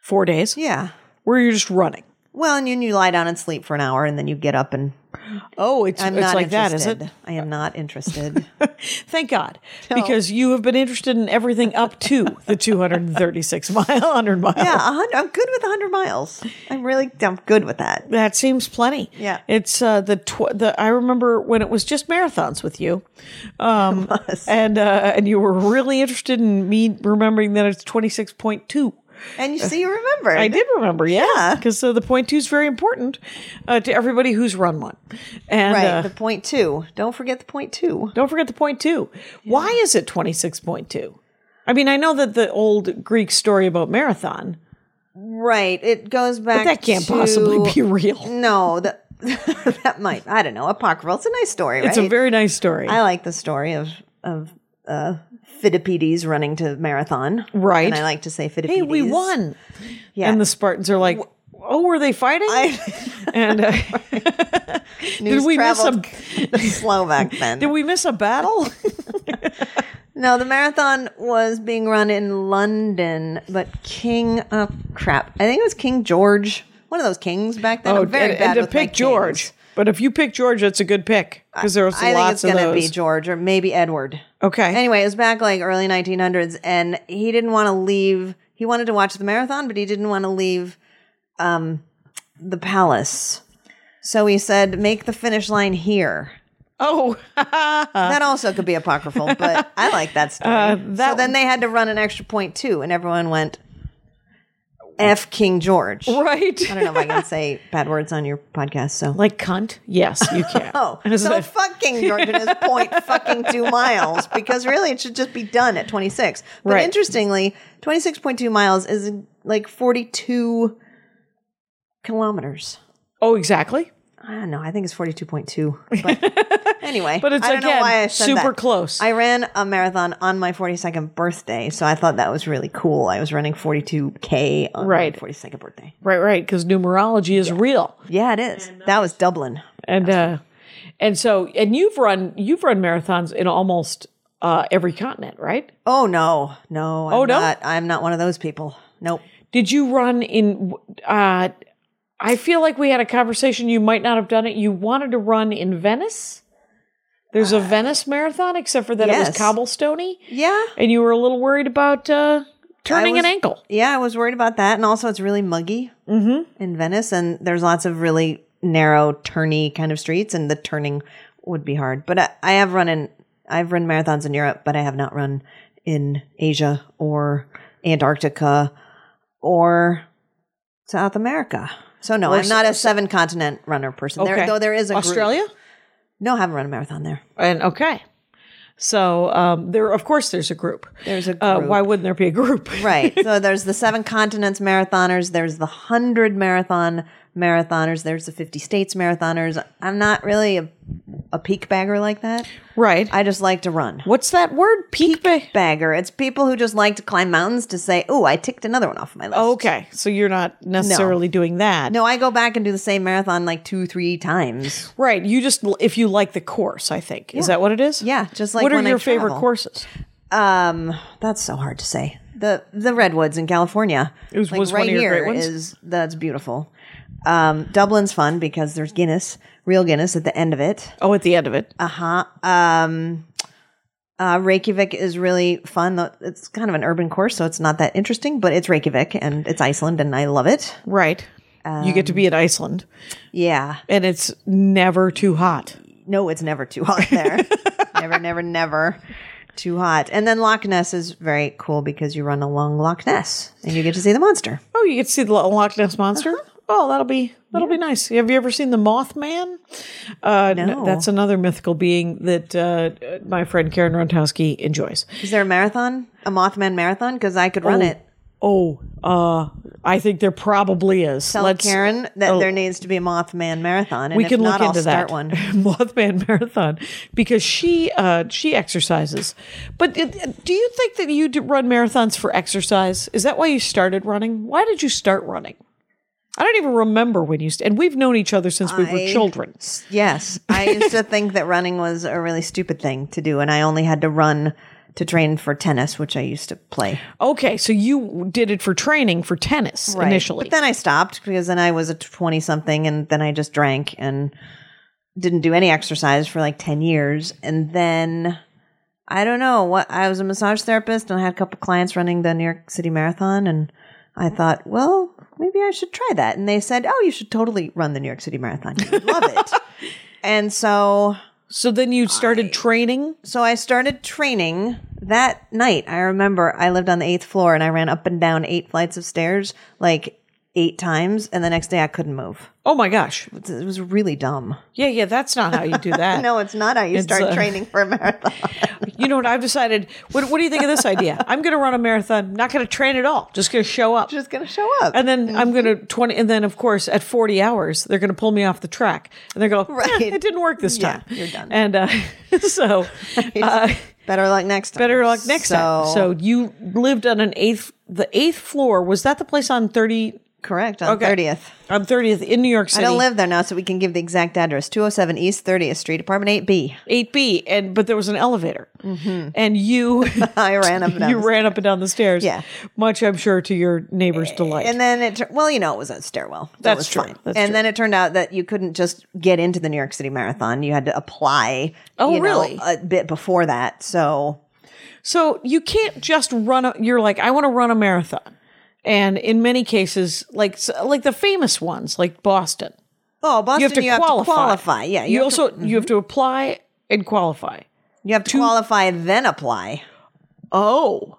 Speaker 1: Four days
Speaker 2: Yeah.
Speaker 1: where you're just running.
Speaker 2: Well, and then you lie down and sleep for an hour, and then you get up and
Speaker 1: Oh, it's,
Speaker 2: I'm
Speaker 1: it's
Speaker 2: not
Speaker 1: like that, is
Speaker 2: interested.
Speaker 1: it?
Speaker 2: I am not interested.
Speaker 1: Thank God, because you have been interested in everything up to the 236 mile, 100 mile.
Speaker 2: yeah, a hundred. I'm good with 100 miles. I'm really, I'm good with that.
Speaker 1: That seems plenty.
Speaker 2: Yeah.
Speaker 1: it's uh, the tw- the I remember when it was just marathons with you, um, and uh, and you were really interested in me remembering that it's 26.2.
Speaker 2: And you see, you remember.
Speaker 1: I did remember, yeah, because uh, the point two is very important uh, to everybody who's run one, and
Speaker 2: Right.
Speaker 1: uh,
Speaker 2: the point two. Don't forget the point two.
Speaker 1: Don't forget the point two. Why is it 26.2? I mean, I know that the old Greek story about marathon,
Speaker 2: Right. It goes back
Speaker 1: but that can't
Speaker 2: to-
Speaker 1: possibly be real.
Speaker 2: No, that, that might. I don't know. Apocryphal. It's a nice story, right?
Speaker 1: It's a very nice story.
Speaker 2: I like the story of of uh, Phidippides running to marathon.
Speaker 1: Right.
Speaker 2: And I like to say Phidippides.
Speaker 1: hey, we won.
Speaker 2: Yeah.
Speaker 1: And the Spartans are like, oh, were they fighting? and uh,
Speaker 2: News
Speaker 1: did we miss a
Speaker 2: traveled slow back then.
Speaker 1: did we miss a battle?
Speaker 2: no, the marathon was being run in London, but King of crap. I think it was King George, one of those kings back then. I'm very
Speaker 1: Oh, and,
Speaker 2: bad
Speaker 1: and to
Speaker 2: with my
Speaker 1: pick George.
Speaker 2: kings.
Speaker 1: But if you pick George, that's a good pick because there's
Speaker 2: I think
Speaker 1: lots
Speaker 2: it's going
Speaker 1: of
Speaker 2: to
Speaker 1: those.
Speaker 2: be George or maybe Edward.
Speaker 1: Okay.
Speaker 2: Anyway, it was back like early 1900s, and he didn't want to leave. He wanted to watch the marathon, but he didn't want to leave um, the palace. So he said, "Make the finish line here."
Speaker 1: oh,
Speaker 2: that also could be apocryphal, but I like that story. so then they had to run an extra point too, and everyone went, "F King George."
Speaker 1: right.
Speaker 2: I don't know if I can say bad words on your podcast, so.
Speaker 1: Like cunt? Yes, you can.
Speaker 2: Oh, so fucking George is point fucking two miles because really it should just be done at 26. But
Speaker 1: Right.
Speaker 2: interestingly, 26.2 miles is like 42 kilometers.
Speaker 1: oh, exactly.
Speaker 2: I don't know. I think it's 42.2. But Anyway,
Speaker 1: But it's
Speaker 2: I don't know
Speaker 1: again,
Speaker 2: why I said
Speaker 1: super
Speaker 2: that.
Speaker 1: close.
Speaker 2: I ran a marathon on my 42nd birthday, so I thought that was really cool. I was running 42k on
Speaker 1: Right.
Speaker 2: my 42nd birthday.
Speaker 1: Right, right, because numerology is real.
Speaker 2: Yeah, it is.
Speaker 1: uh,
Speaker 2: that was Dublin.
Speaker 1: and uh, and so and you've run you've run marathons in almost uh, every continent, right?
Speaker 2: Oh no, no. I'm
Speaker 1: Oh, no?
Speaker 2: Not, I'm not one of those people. Nope.
Speaker 1: Did you run in? Uh, I feel like we had a conversation. You might not have done it. You wanted to run in Venice. There's a Venice marathon, except for that it was
Speaker 2: Uh, yes.
Speaker 1: cobblestoney,
Speaker 2: Yeah.
Speaker 1: and you were a little worried about uh, turning an
Speaker 2: was-
Speaker 1: ankle. Mm-hmm.
Speaker 2: Yeah, I was worried about that, and also it's really muggy in Venice, and there's lots of really narrow, turny kind of streets, and the turning would be hard. But I, I have run in, I've run marathons in Europe, but I have not run in Asia or Antarctica or South America. So no, I'm not a seven continent runner person. There, though there is a group-
Speaker 1: Australia.
Speaker 2: No, I haven't run a marathon there.
Speaker 1: And okay, so um, there, of course, there's a group.
Speaker 2: There's a
Speaker 1: Uh,
Speaker 2: group.
Speaker 1: why wouldn't there be a group?
Speaker 2: Right. So there's the seven continents marathoners, there's the 100 marathon marathoners, there's the 50 states marathoners. I'm not really a, a peak bagger like that.
Speaker 1: right.
Speaker 2: I just like to run.
Speaker 1: What's that word? Peak. ba-
Speaker 2: Bagger. It's people who just like to climb mountains to say, oh, I ticked another one off my list.
Speaker 1: Okay, so you're not necessarily doing that.
Speaker 2: No, I go back and do the same marathon like two, three times.
Speaker 1: Right. You just if you like the course, I think is that what it is.
Speaker 2: Yeah, just like
Speaker 1: what are
Speaker 2: when I
Speaker 1: your favorite
Speaker 2: travel.
Speaker 1: courses?
Speaker 2: Um, that's so hard to say. The the redwoods in California. It
Speaker 1: was- was one of your great ones?
Speaker 2: that's beautiful. Um, Dublin's fun because there's Guinness, real Guinness at the end of it.
Speaker 1: Oh, at the end of it.
Speaker 2: Uh, Reykjavik is really fun. though It's kind of an urban course, so it's not that interesting, but it's Reykjavik and it's Iceland, and I love it.
Speaker 1: right. you get to be in Iceland,
Speaker 2: Yeah,
Speaker 1: and it's never too hot.
Speaker 2: no, it's never too hot there. never, never, never too hot. And then Loch Ness is very cool because you run along Loch Ness and you get to see the monster.
Speaker 1: Oh, you get to see the Lo- Loch Ness monster.
Speaker 2: Uh-huh.
Speaker 1: Oh, that'll be that'll be nice. Have you ever seen the Mothman? Uh, n-
Speaker 2: No.
Speaker 1: that's another mythical being that uh, my friend Karen Rontowski enjoys.
Speaker 2: Is there a marathon? A Mothman marathon? Because I could run it.
Speaker 1: Oh, uh, I think there probably is.
Speaker 2: Tell
Speaker 1: Let's- Oh.
Speaker 2: Karen that there needs to be a Mothman marathon. And
Speaker 1: we
Speaker 2: if
Speaker 1: can
Speaker 2: not,
Speaker 1: look into
Speaker 2: I'll start
Speaker 1: that
Speaker 2: one.
Speaker 1: Mothman marathon because she uh, she exercises. But it- do you think that you do run marathons for exercise? Is that why you started running? Why did you start running? I don't even remember when you st- and we've known each other since we were
Speaker 2: I-
Speaker 1: children.
Speaker 2: Yes. I used to think that running was a really stupid thing to do, and I only had to run to train for tennis, which I used to play
Speaker 1: Okay, so you did it for training for tennis initially.
Speaker 2: But then I stopped because then I was a 20 something, and then I just drank and didn't do any exercise for like 10 years. And then. I don't know what I was a massage therapist and I had a couple clients running the New York City Marathon and I thought, well, maybe I should try that. And they said, "Oh, you should totally run the New York City Marathon. You would love it." and so,
Speaker 1: so then you started training.
Speaker 2: so I started training that night. I remember I lived on the 8th floor and I ran up and down 8 flights of stairs like 8 times and the next day I couldn't move.
Speaker 1: Oh my gosh.
Speaker 2: It was really dumb.
Speaker 1: Yeah, yeah, that's not how you do that.
Speaker 2: No, it's not how you start
Speaker 1: uh,
Speaker 2: training for a marathon.
Speaker 1: You know what? I've decided. What, what do you think of this idea? I'm going to run a marathon. Not going to train at all. Just going to show up.
Speaker 2: Just going to show up.
Speaker 1: And then
Speaker 2: Mm-hmm.
Speaker 1: I'm going to 20, and then of course at 40 hours, they're going to pull me off the track and they're going,
Speaker 2: Right.
Speaker 1: it didn't work this
Speaker 2: Yeah,
Speaker 1: time.
Speaker 2: you're done.
Speaker 1: And uh, so uh,
Speaker 2: better luck next time.
Speaker 1: better luck next time.
Speaker 2: So-
Speaker 1: So you lived on an eighth, the eighth floor. Was that the place on 30,
Speaker 2: Correct on
Speaker 1: Okay.
Speaker 2: 30th.
Speaker 1: on 30th in New York
Speaker 2: I
Speaker 1: City?
Speaker 2: don't live there now, so we can give the exact address 207 East 30th Street, Apartment 8B.
Speaker 1: 8B. And, but there was an elevator and you,
Speaker 2: I ran Mm-hmm. up and down.
Speaker 1: you
Speaker 2: the
Speaker 1: ran up and down the stairs.
Speaker 2: Yeah. Eh,
Speaker 1: Much, I'm sure, to your neighbor's delight.
Speaker 2: And then it, tur- well, you know, it was a stairwell. That
Speaker 1: That's
Speaker 2: was
Speaker 1: true.
Speaker 2: Fine.
Speaker 1: That's
Speaker 2: and
Speaker 1: true.
Speaker 2: then it turned out that you couldn't just get into the New York City Marathon. You had to apply.
Speaker 1: Oh,
Speaker 2: you know,
Speaker 1: really?
Speaker 2: a bit before that. So
Speaker 1: So you can't just run a, you're like, I want to run a marathon. And in many cases, like, s- like the famous ones, like Boston,
Speaker 2: oh, Boston,
Speaker 1: you have to, qualify.
Speaker 2: qualify. Yeah,
Speaker 1: You,
Speaker 2: have to- Mm-hmm.
Speaker 1: also, you have to apply and qualify.
Speaker 2: you have to qualify then apply,
Speaker 1: Oh.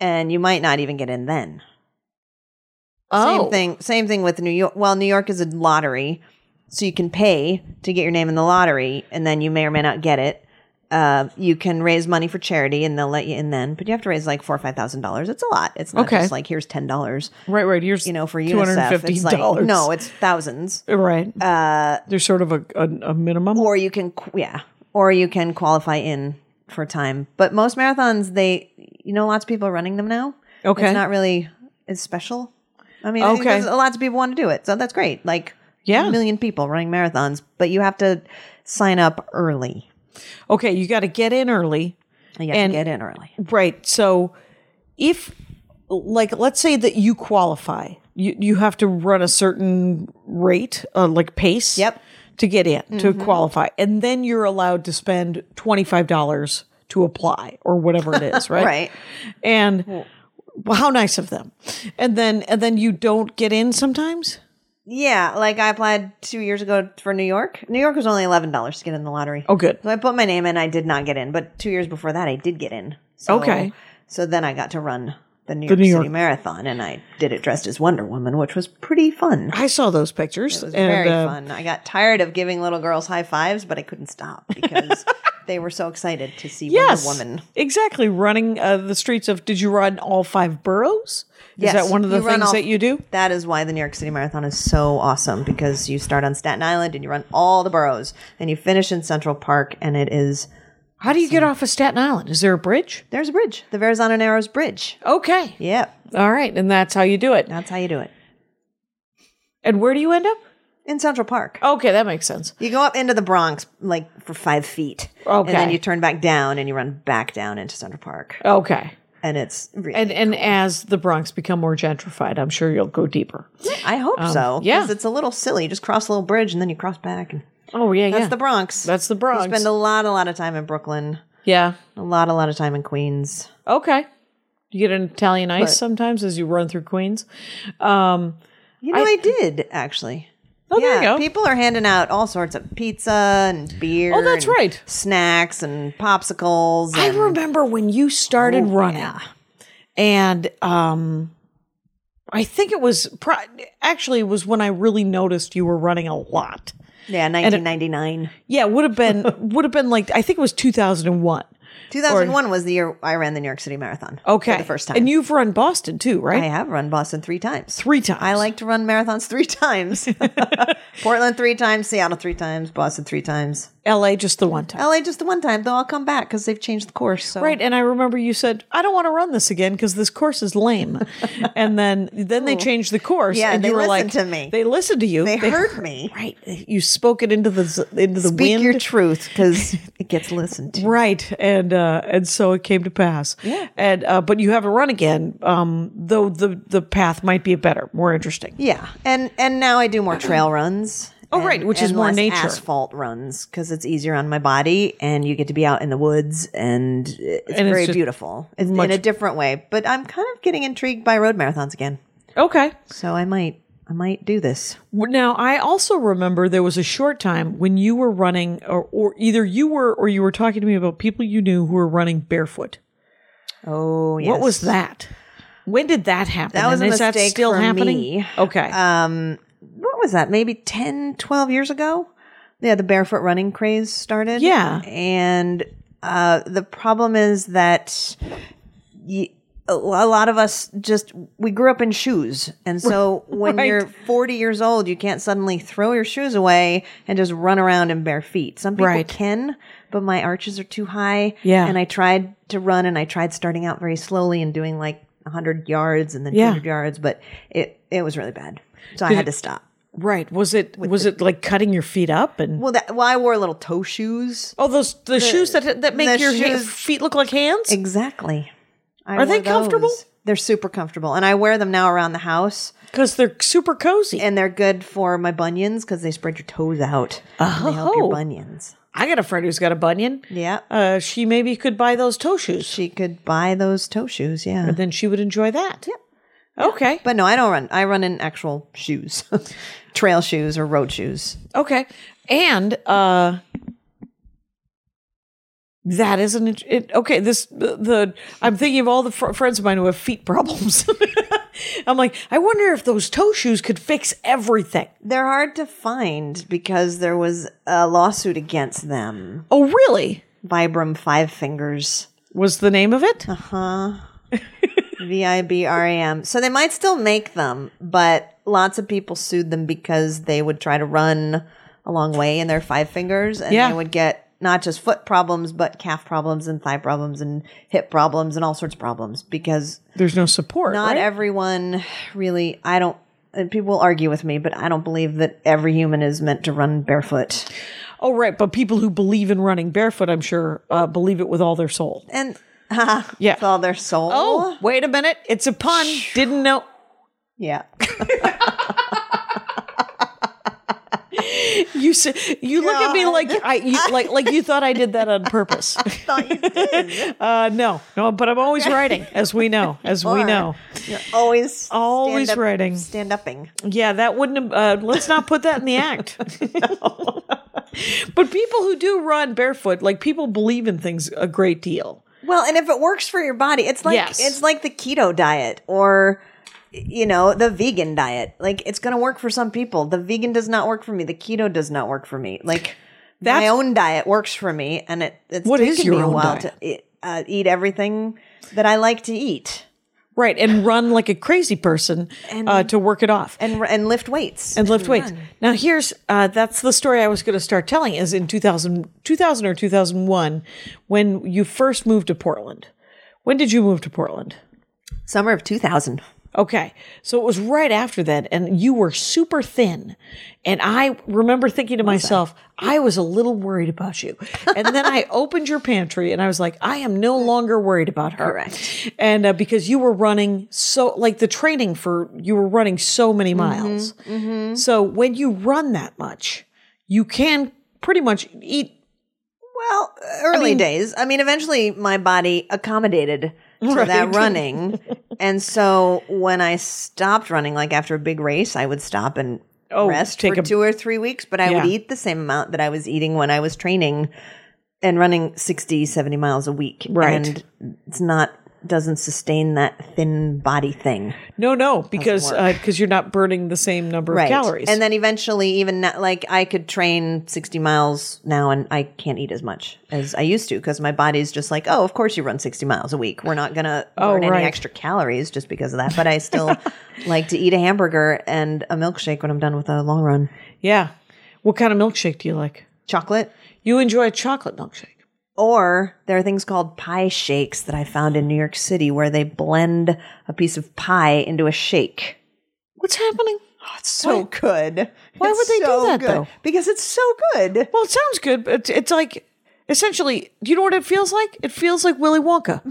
Speaker 2: and you might not even get in then.
Speaker 1: Oh.
Speaker 2: Same thing. Same thing with New York. Well, New York is a lottery, so you can pay to get your name in the lottery, and then you may or may not get it. Uh, you can raise money for charity, and they'll let you in then, but you have to raise like four or five thousand dollars. It's a lot. It's not
Speaker 1: Okay.
Speaker 2: just like here's ten dollars.
Speaker 1: Right, right. Here's,
Speaker 2: You know, for UNICEF,
Speaker 1: $250.
Speaker 2: it's like no, it's thousands.
Speaker 1: right. Uh, There's sort of a, a, a minimum.
Speaker 2: Or you can, qu- yeah. or you can qualify in for time. But most marathons, they, you know, lots of people are running them now.
Speaker 1: Okay.
Speaker 2: It's not really as special. I mean, okay.
Speaker 1: Okay.
Speaker 2: lots of people want to do it. So that's great. Like,
Speaker 1: Yeah.
Speaker 2: a million people running marathons, but you have to sign up early.
Speaker 1: Okay, you got to get in early.
Speaker 2: You have
Speaker 1: And-
Speaker 2: to get in early.
Speaker 1: Right. So if like let's say that you qualify, you you have to run a certain rate, uh, like pace.
Speaker 2: Yep. Mm-hmm.
Speaker 1: To get in, to qualify. And then you're allowed to spend $25 to apply or whatever it is, right?
Speaker 2: Right.
Speaker 1: And well, how nice of them. And then and then you don't get in sometimes?
Speaker 2: Yeah, like I applied two years ago for New York. New York was only eleven dollars to get in the lottery.
Speaker 1: Oh good.
Speaker 2: So I put my name in. I did not get in, but two years before that, I did get in. So,
Speaker 1: Okay.
Speaker 2: So then I got to run the New York,
Speaker 1: New York-
Speaker 2: City Marathon, and I did it dressed as Wonder Woman, which was pretty fun. It
Speaker 1: I saw those pictures.
Speaker 2: was
Speaker 1: and,
Speaker 2: very
Speaker 1: uh,
Speaker 2: fun. I got tired of giving little girls high fives, but I couldn't stop because they were so excited to see
Speaker 1: Yes,
Speaker 2: Wonder Woman.
Speaker 1: exactly. Running uh, the streets of. Did you run all five boroughs?
Speaker 2: Yes,
Speaker 1: Is that one of the
Speaker 2: you run
Speaker 1: things
Speaker 2: all-
Speaker 1: that you do?
Speaker 2: That is why the New York City Marathon is so awesome because you start on Staten Island and you run all the boroughs and you finish in Central Park and it is
Speaker 1: How do you get off of Staten Island? Is there a bridge?
Speaker 2: there's a bridge, the Verrazano Narrows Bridge.
Speaker 1: Okay.
Speaker 2: Yep,
Speaker 1: All right, and that's how you do it.
Speaker 2: that's how you do it
Speaker 1: And where do you end up?
Speaker 2: in Central Park.
Speaker 1: Okay, that makes sense.
Speaker 2: You go up into the Bronx like for five feet,
Speaker 1: Okay.
Speaker 2: and then you turn back down and you run back down into Central Park,
Speaker 1: Okay.
Speaker 2: and it's really,
Speaker 1: And and as the Bronx become more gentrified, I'm sure you'll go deeper.
Speaker 2: I hope so
Speaker 1: Um, yeah.
Speaker 2: because it's a little silly. You just cross a little bridge and then you cross back, and
Speaker 1: Oh yeah,
Speaker 2: that's
Speaker 1: yeah.
Speaker 2: the Bronx.
Speaker 1: That's the
Speaker 2: I
Speaker 1: Bronx.
Speaker 2: spend a lot, a lot of time in Brooklyn,
Speaker 1: yeah.
Speaker 2: a lot, a lot of time in Queens.
Speaker 1: Okay. You get an Italian ice
Speaker 2: But-
Speaker 1: sometimes as you run through Queens. Um,
Speaker 2: You know, I, did actually.
Speaker 1: oh, there you go.
Speaker 2: people are handing out all sorts of pizza and beer.
Speaker 1: Oh, that's
Speaker 2: and
Speaker 1: right.
Speaker 2: Snacks and popsicles.
Speaker 1: I
Speaker 2: and-
Speaker 1: remember when you started running, and um, I think it was pro- actually it was when I really noticed you were running a lot.
Speaker 2: yeah, 1999.
Speaker 1: Yeah, would have been would have been like I think it was two thousand and one.
Speaker 2: 2001 was the year I ran the New York City Marathon.
Speaker 1: Okay,
Speaker 2: for the first time.
Speaker 1: and you've run Boston too, right?
Speaker 2: I have run Boston three times.
Speaker 1: Three times.
Speaker 2: I like to run marathons three times. Portland three times, Seattle three times, Boston three times.
Speaker 1: L.A. just the one time,
Speaker 2: LA just the one time, though I'll come back because they've changed the course. So
Speaker 1: right? And I remember you said I don't want to run this again because this course is lame. and then then they changed the course.
Speaker 2: Yeah,
Speaker 1: and
Speaker 2: they
Speaker 1: you were like,
Speaker 2: listened to me.
Speaker 1: They listened to you.
Speaker 2: They, heard me.
Speaker 1: Right, you spoke it into the z- into the
Speaker 2: Speak
Speaker 1: wind.
Speaker 2: your truth because it gets listened to.
Speaker 1: Right, and uh, and so it came to pass.
Speaker 2: Yeah.
Speaker 1: and uh, but you haven't run again, um, though the the path might be better, more interesting.
Speaker 2: Yeah, and and now I do more trail runs.
Speaker 1: Oh,
Speaker 2: and-
Speaker 1: right, which is
Speaker 2: and
Speaker 1: more
Speaker 2: less
Speaker 1: nature.
Speaker 2: asphalt runs because it's easier on my body, and you get to be out in the woods, and it's
Speaker 1: And it's
Speaker 2: very
Speaker 1: just
Speaker 2: beautiful it's
Speaker 1: much-
Speaker 2: in a different way. But I'm kind of getting intrigued by road marathons again,
Speaker 1: Okay.
Speaker 2: so I might I might do this.
Speaker 1: Now I also remember there was a short time when you were running, or, or either you were or you were talking to me about people you knew who were running barefoot.
Speaker 2: Oh, yes.
Speaker 1: What was that? When did that happen?
Speaker 2: That was
Speaker 1: and
Speaker 2: a
Speaker 1: is that
Speaker 2: mistake
Speaker 1: still
Speaker 2: for
Speaker 1: happening?
Speaker 2: me.
Speaker 1: Okay.
Speaker 2: Um, what was that? Maybe 10, 12 years ago. Yeah, the barefoot running craze started.
Speaker 1: Yeah.
Speaker 2: and uh, the problem is that. y a a lot of us just we grew up in shoes and so when
Speaker 1: Right.
Speaker 2: you're 40 years old you can't suddenly throw your shoes away and just run around in bare feet some people
Speaker 1: Right.
Speaker 2: can but my arches are too high
Speaker 1: Yeah.
Speaker 2: and i tried to run and i tried starting out very slowly and doing like 100 yards and then
Speaker 1: Yeah.
Speaker 2: 200 yards but it it was really bad so i had to stop
Speaker 1: right. Was it was it like cutting your feet up and
Speaker 2: well that well i wore little toe shoes
Speaker 1: oh those the, shoes that that make
Speaker 2: the
Speaker 1: your ha-
Speaker 2: shoes-
Speaker 1: feet look like hands?
Speaker 2: exactly I
Speaker 1: Are they
Speaker 2: wore
Speaker 1: comfortable?
Speaker 2: those. they're super comfortable and i wear them now around the house
Speaker 1: Because they're super cozy.
Speaker 2: and they're good for my bunions because they spread your toes out. And they help
Speaker 1: Oh.
Speaker 2: your bunions.
Speaker 1: I got a friend who's got a bunion.
Speaker 2: Yeah.
Speaker 1: Uh, she maybe could buy those toe shoes.
Speaker 2: she could buy those toe shoes. Yeah.
Speaker 1: then she would enjoy that. Yep. Okay.
Speaker 2: But no, I don't run. I run in actual shoes, trail shoes or road shoes.
Speaker 1: okay. And uh, that isn't it, it- Okay. This the, the I'm thinking of all the fr- friends of mine who have feet problems. I'm like, I wonder if those toe shoes could fix everything.
Speaker 2: They're hard to find because there was a lawsuit against them.
Speaker 1: Oh, really?
Speaker 2: Vibram Five Fingers.
Speaker 1: Was the name of it?
Speaker 2: V I B R A M. So they might still make them, but lots of people sued them because they would try to run a long way in their five fingers and
Speaker 1: Yeah.
Speaker 2: they would get not just foot problems, but calf problems and thigh problems and hip problems and all sorts of problems because
Speaker 1: There's no support.
Speaker 2: not
Speaker 1: right?
Speaker 2: everyone really, I don't, and people argue with me, but I don't believe that every human is meant to run barefoot.
Speaker 1: oh, right. But people who believe in running barefoot, I'm sure, uh, believe it with all their soul.
Speaker 2: And
Speaker 1: Yeah.
Speaker 2: with all their soul.
Speaker 1: Oh, wait a minute. It's a pun. Didn't know.
Speaker 2: Yeah.
Speaker 1: You s- you look at me like I you, like like you thought I did that on purpose. uh, no, no, but I'm always writing, as we know, as we
Speaker 2: Or-
Speaker 1: know.
Speaker 2: You're always,
Speaker 1: Always
Speaker 2: stand up-
Speaker 1: writing.
Speaker 2: Stand upping.
Speaker 1: Yeah, that wouldn't. have- Uh, let's not put that in the act. but people who do run barefoot, like people believe in things a great deal.
Speaker 2: Well, and if it works for your body, it's like
Speaker 1: Yes.
Speaker 2: it's like the keto diet or you know, the vegan diet. Like it's going to work for some people. The vegan does not work for me. The keto does not work for me. Like my
Speaker 1: That's-
Speaker 2: own diet works for me and it it's
Speaker 1: What is
Speaker 2: taken
Speaker 1: your
Speaker 2: me a
Speaker 1: own
Speaker 2: while to uh, eat everything that I like to eat
Speaker 1: Right, and run like a crazy person uh, to work it off.
Speaker 2: and and lift weights.
Speaker 1: and lift weights. Now here's uh, that's the story I was going to start telling is in 2000, 2000 or 2001 when you first moved to Portland. When did you move to Portland?
Speaker 2: Summer of 2000.
Speaker 1: Okay. So it was right after that and you were super thin. And I remember thinking to myself, I was a little worried about you. And then I opened your pantry and I was like, I am no longer worried about her.
Speaker 2: Correct.
Speaker 1: And uh, because you were running so like the training for you were running so many
Speaker 2: Mm-hmm,
Speaker 1: miles. So when you run that much, you can pretty much eat
Speaker 2: Well, early
Speaker 1: mean-
Speaker 2: days. I mean, eventually my body accommodated to
Speaker 1: Right.
Speaker 2: that running. and so when I stopped running, like after a big race, I would stop and
Speaker 1: Oh,
Speaker 2: rest
Speaker 1: take
Speaker 2: for
Speaker 1: a-
Speaker 2: two or three weeks, but I would
Speaker 1: Yeah.
Speaker 2: eat the same amount that I was eating when I was training and running 60, 70 miles a week.
Speaker 1: Right.
Speaker 2: And it's not, doesn't sustain that thin body thing.
Speaker 1: no no because
Speaker 2: work.
Speaker 1: because you're not burning the same number of calories
Speaker 2: And then eventually, even now, like I could train 60 miles now and I can't eat as much as I used to because my body's just like, oh, of course you run 60 miles a week. We're not going to burn
Speaker 1: Oh, right.
Speaker 2: any extra calories just because of that. But I still like to eat a hamburger and a milkshake when I'm done with a long run.
Speaker 1: yeah what kind of milkshake do you like
Speaker 2: Chocolate.
Speaker 1: you enjoy a chocolate milkshake
Speaker 2: Or there are things called pie shakes that I found in New York City where they blend a piece of pie into a shake.
Speaker 1: What's happening?
Speaker 2: It's so good.
Speaker 1: Why
Speaker 2: It's
Speaker 1: would they do
Speaker 2: so
Speaker 1: that,
Speaker 2: good.
Speaker 1: though?
Speaker 2: Because it's so good.
Speaker 1: Well, it sounds good, but it's, it's like essentially, do you know what it feels like? It feels like Willy Wonka.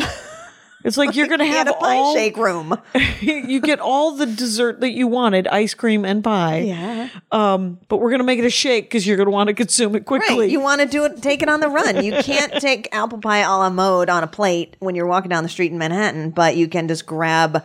Speaker 1: It's like you're going to
Speaker 2: We had
Speaker 1: have
Speaker 2: a pie
Speaker 1: all
Speaker 2: shake room.
Speaker 1: you get all the dessert that you wanted, ice cream and pie.
Speaker 2: Yeah.
Speaker 1: Um, but we're going to make it a shake cuz you're going to want to consume it quickly.
Speaker 2: Right. You want to do it, take it on the run. You can't take apple pie a la mode on a plate when you're walking down the street in Manhattan, but you can just grab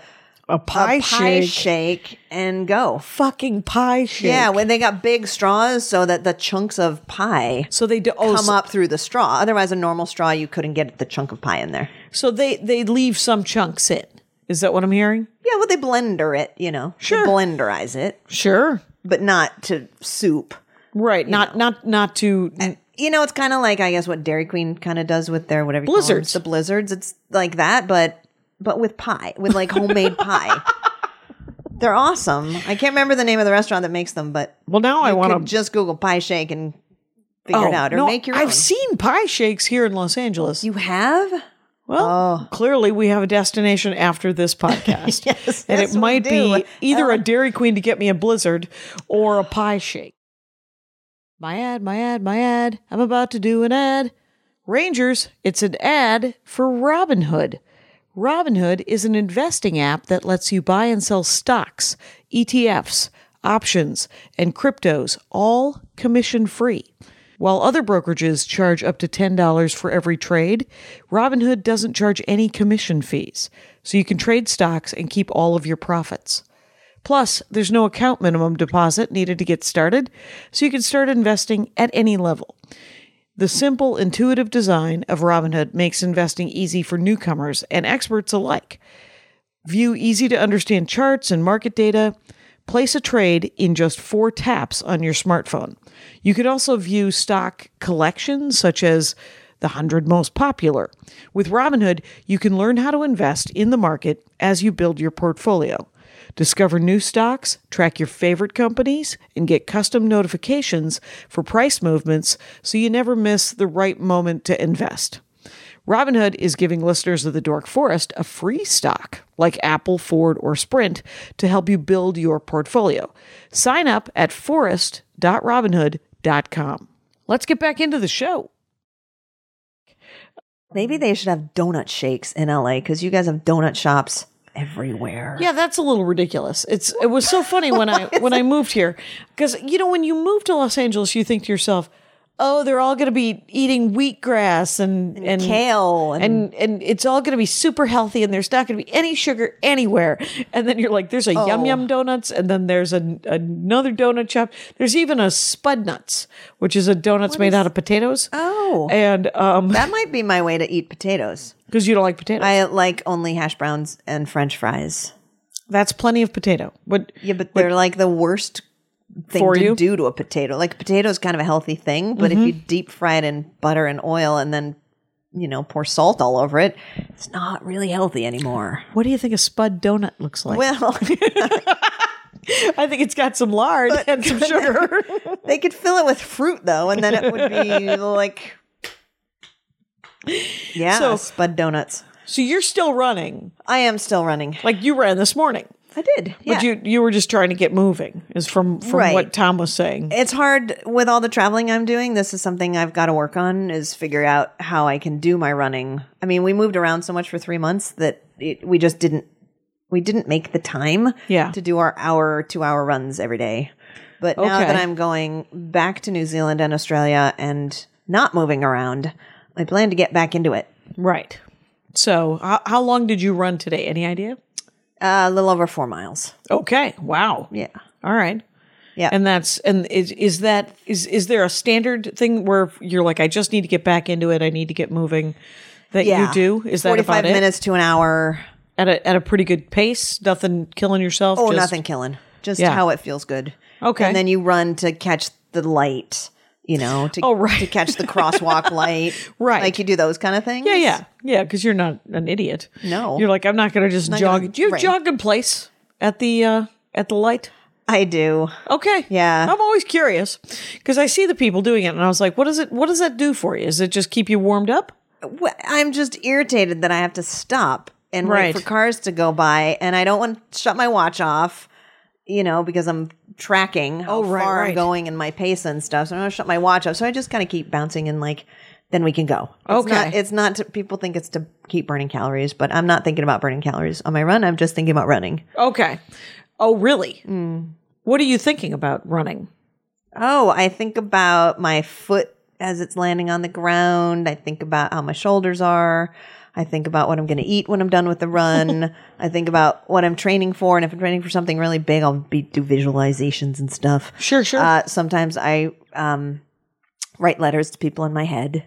Speaker 1: a pie,
Speaker 2: a pie
Speaker 1: shake.
Speaker 2: shake and go.
Speaker 1: fucking pie shake.
Speaker 2: Yeah, when they got big straws so that the chunks of pie
Speaker 1: so they do, oh,
Speaker 2: come
Speaker 1: so,
Speaker 2: up through the straw. Otherwise, a normal straw, you couldn't get the chunk of pie in there.
Speaker 1: so they they leave some chunks in. Is that what I'm hearing?
Speaker 2: Yeah, well, they blender it, you know. They
Speaker 1: Sure.
Speaker 2: blenderize it,
Speaker 1: Sure.
Speaker 2: but not to soup.
Speaker 1: Right. Not not not to
Speaker 2: you know, it's kind of like I guess what Dairy Queen kind of does with their whatever you call 'em,
Speaker 1: Blizzards.
Speaker 2: the blizzards. It's like that, but but with pie, with like homemade pie. They're awesome. I can't remember the name of the restaurant that makes them, but
Speaker 1: Well, now I
Speaker 2: you
Speaker 1: want to
Speaker 2: could just Google pie shake and figure it out, or make your
Speaker 1: Oh, I've
Speaker 2: own.
Speaker 1: seen pie shakes here in Los Angeles.
Speaker 2: you oh. have
Speaker 1: Well, clearly we have a destination after this podcast.
Speaker 2: Yes,
Speaker 1: and
Speaker 2: yes,
Speaker 1: it
Speaker 2: we
Speaker 1: might be
Speaker 2: do. Uh,
Speaker 1: either a Dairy Queen to get me a blizzard or a pie shake. My ad, my ad, my ad. I'm about to do an ad. Rangers, it's an ad for Robinhood. Robinhood is an investing app that lets you buy and sell stocks, ETFs, options, and cryptos, all commission free. While other brokerages charge up to $10 for every trade, Robinhood doesn't charge any commission fees, so you can trade stocks and keep all of your profits. Plus, there's no account minimum deposit needed to get started, so you can start investing at any level. The simple, intuitive design of Robinhood makes investing easy for newcomers and experts alike. View easy to understand charts and market data. Place a trade in just four taps on your smartphone. You can also view stock collections such as the 100 most popular. With Robinhood, you can learn how to invest in the market as you build your portfolio. Discover new stocks, track your favorite companies, and get custom notifications for price movements so you never miss the right moment to invest. Robinhood is giving listeners of the Dork Forest a free stock like Apple, Ford, or Sprint to help you build your portfolio. Sign up at forest.robinhood.com. Let's get back into the show.
Speaker 2: Maybe they should have donut shakes in LA because you guys have donut shops everywhere.
Speaker 1: Yeah, that's a little ridiculous. It's it was so funny when I when I moved here because you know when you move to Los Angeles, you think to yourself, "Oh, they're all going to be eating wheatgrass and and,
Speaker 2: kale and-
Speaker 1: and and it's all going to be super healthy, and there's not going to be any sugar anywhere." And then you're like, "There's a Yum
Speaker 2: Oh.
Speaker 1: Yum Donuts, and then there's a, another donut shop. There's even a Spud Nuts, which is a donuts made out of potatoes.
Speaker 2: Oh.
Speaker 1: and um,
Speaker 2: That might be my way to eat potatoes.
Speaker 1: because you don't like potatoes,
Speaker 2: I like only hash browns and french fries.
Speaker 1: that's plenty of potato. But
Speaker 2: Yeah, but they're like the worst thing
Speaker 1: For
Speaker 2: to
Speaker 1: you? Mm-hmm.
Speaker 2: do to a potato. Like potato is kind of a healthy thing, but if you deep fry it in butter and oil and then you know pour salt all over it, it's not really healthy anymore.
Speaker 1: what do you think a Spud Donut looks like?
Speaker 2: Well,
Speaker 1: I think it's got some lard and some sugar.
Speaker 2: they could fill it with fruit though, and then it would be like yeah,
Speaker 1: So-
Speaker 2: spud donuts.
Speaker 1: so you're still running,
Speaker 2: I am still running.
Speaker 1: like you ran this morning,
Speaker 2: I did. Yeah.
Speaker 1: but you you were just trying to get moving. Is from from
Speaker 2: Right.
Speaker 1: what Tom was saying.
Speaker 2: it's hard with all the traveling I'm doing. This is something I've got to work on is figure out how I can do my running. I mean, we moved around so much for three months that it, we just didn't we didn't make the time
Speaker 1: Yeah.
Speaker 2: to do our hour two hour runs every day. But now
Speaker 1: Okay.
Speaker 2: that I'm going back to New Zealand and Australia and not moving around, I plan to get back into it.
Speaker 1: Right. So how, how long did you run today? Any idea?
Speaker 2: Uh, a little over four miles.
Speaker 1: Okay. Wow.
Speaker 2: Yeah.
Speaker 1: All right.
Speaker 2: Yeah.
Speaker 1: And that's and is is that is is there a standard thing where you're like I just need to get back into it. I need to get moving. That
Speaker 2: yeah.
Speaker 1: you do is that about it
Speaker 2: minutes to an hour.
Speaker 1: at a at a pretty good pace. Nothing killing yourself.
Speaker 2: Oh,
Speaker 1: just-
Speaker 2: nothing killing. Just
Speaker 1: Yeah.
Speaker 2: how it feels good.
Speaker 1: Okay.
Speaker 2: And then you run to catch the light, you know, to,
Speaker 1: Oh, right.
Speaker 2: to catch the crosswalk light.
Speaker 1: Right.
Speaker 2: Like you do those kind of things.
Speaker 1: Yeah, yeah, yeah. Because you're not an idiot.
Speaker 2: No.
Speaker 1: you're like I'm not going to just jog.
Speaker 2: gonna-
Speaker 1: Do you have
Speaker 2: right.
Speaker 1: jog in place at the uh, at the light?
Speaker 2: I do.
Speaker 1: Okay.
Speaker 2: Yeah.
Speaker 1: I'm always curious because I see the people doing it, and I was like, what does it? What does that do for you? Is it just keep you warmed up?
Speaker 2: Wh- I'm just irritated that I have to stop and
Speaker 1: Right.
Speaker 2: wait for cars to go by and I don't want to shut my watch off, you know, because I'm tracking how
Speaker 1: Oh, right,
Speaker 2: far
Speaker 1: right.
Speaker 2: I'm going and my pace and stuff. So I don't want to shut my watch off. So I just kind of keep bouncing and like, then we can go. It's
Speaker 1: Okay.
Speaker 2: Not, it's not, to, people think it's to keep burning calories, but I'm not thinking about burning calories on my run. I'm just thinking about running.
Speaker 1: Okay. Oh, really? What are you thinking about running?
Speaker 2: Oh, I think about my foot as it's landing on the ground. I think about how my shoulders are. I think about what I'm going to eat when I'm done with the run. I think about what I'm training for. And if I'm training for something really big, I'll be, do visualizations and stuff.
Speaker 1: Sure, sure.
Speaker 2: Uh, sometimes I um, write letters to people in my head.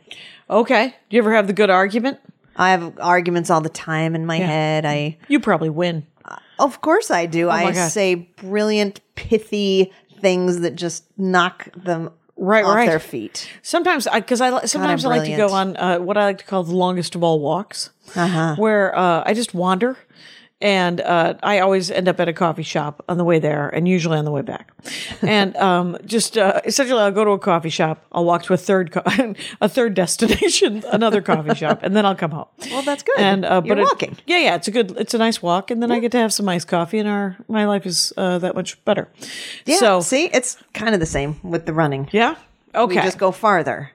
Speaker 1: okay. Do you ever have the good argument?
Speaker 2: I have arguments all the time in my head. I,
Speaker 1: You probably win.
Speaker 2: of course, I do. I
Speaker 1: Oh God.
Speaker 2: say brilliant, pithy things that just knock them
Speaker 1: Right,
Speaker 2: off
Speaker 1: right.
Speaker 2: their feet.
Speaker 1: Sometimes I because I li- sometimes I like to go on
Speaker 2: brilliant. Uh-huh.
Speaker 1: uh, what I like to call the longest of all walks, where uh, I just wander, and uh, I always end up at a coffee shop on the way there, and usually on the way back, and um, just uh, essentially I'll go to a coffee shop, I'll walk to a third co- a third destination, another coffee shop, and then I'll come home.
Speaker 2: Well, that's good.
Speaker 1: And uh,
Speaker 2: You're
Speaker 1: but it-
Speaker 2: walking.
Speaker 1: yeah, yeah, it's a good, it's a nice walk, and then I get to have some iced coffee, and our my life is uh, that much better.
Speaker 2: Yeah.
Speaker 1: So
Speaker 2: see, it's kind of the same with the running.
Speaker 1: yeah, okay,
Speaker 2: We just go farther,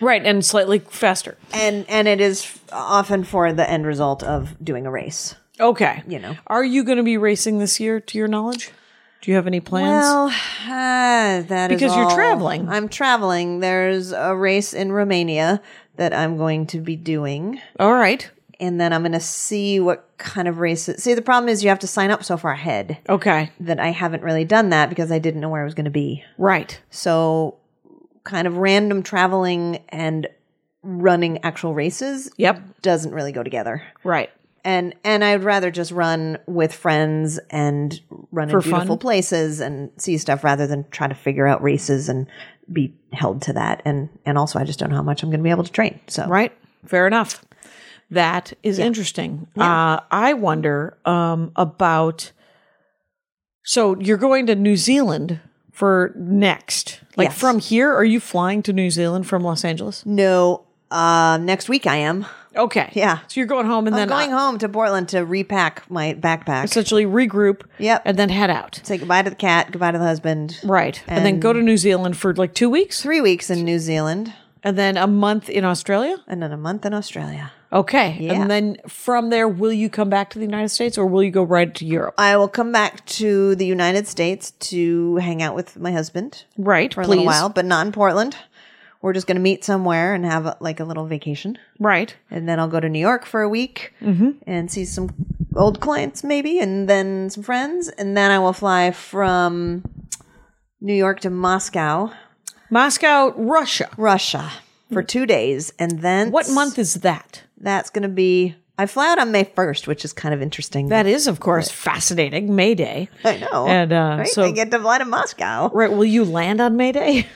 Speaker 1: right, and slightly faster.
Speaker 2: and and it is f- often for the end result of doing a race.
Speaker 1: Okay.
Speaker 2: You know.
Speaker 1: Are you going to be racing this year to your knowledge? Do you have any plans?
Speaker 2: Well, uh, that is
Speaker 1: Because you're
Speaker 2: all.
Speaker 1: traveling.
Speaker 2: I'm traveling. There's a race in Romania that I'm going to be doing,
Speaker 1: All right.
Speaker 2: and then I'm going to see what kind of race. It, see, the problem is you have to sign up so far ahead
Speaker 1: Okay.
Speaker 2: that I haven't really done that because I didn't know where I was going to be.
Speaker 1: Right.
Speaker 2: So, kind of random traveling and running actual races
Speaker 1: Yep.
Speaker 2: doesn't really go together.
Speaker 1: Right.
Speaker 2: And and I'd rather just run with friends and run
Speaker 1: For
Speaker 2: in beautiful
Speaker 1: fun?
Speaker 2: places and see stuff rather than try to figure out races and be held to that. And and also I just don't know how much I'm going to be able to train. So
Speaker 1: Right. Fair enough. That is interesting. Uh, I wonder um, about So you're going to New Zealand for next. Like
Speaker 2: Yes.
Speaker 1: from here, are you flying to New Zealand from Los Angeles?
Speaker 2: No, uh, next week I am.
Speaker 1: Okay.
Speaker 2: Yeah.
Speaker 1: So you're going home and
Speaker 2: I'm
Speaker 1: then
Speaker 2: going
Speaker 1: uh,
Speaker 2: home to Portland to repack my backpack.
Speaker 1: essentially regroup
Speaker 2: Yep.
Speaker 1: and then head out.
Speaker 2: Say goodbye to the cat, goodbye to the husband.
Speaker 1: Right. And, then go to New Zealand for like two weeks
Speaker 2: Three weeks in New Zealand,
Speaker 1: and then a month in Australia.
Speaker 2: and then a month in Australia.
Speaker 1: Okay.
Speaker 2: Yeah.
Speaker 1: And then from there, will you come back to the United States or will you go right to Europe?
Speaker 2: I will come back to the United States to hang out with my husband
Speaker 1: Right.
Speaker 2: for a
Speaker 1: please.
Speaker 2: little while, but not in Portland. We're just going to meet somewhere and have like a little vacation.
Speaker 1: Right.
Speaker 2: And then I'll go to New York for a week
Speaker 1: Mm-hmm.
Speaker 2: and see some old clients, maybe, and then some friends. And then I will fly from New York to Moscow,
Speaker 1: Moscow, Russia.
Speaker 2: Russia for two days. And then
Speaker 1: What month is that?
Speaker 2: That's going to be. I fly out on May 1st, which is kind of interesting.
Speaker 1: That is, of course, fascinating. May Day.
Speaker 2: I know.
Speaker 1: And, uh,
Speaker 2: right?
Speaker 1: so-
Speaker 2: I get to fly to Moscow.
Speaker 1: Right. Will you land on May Day?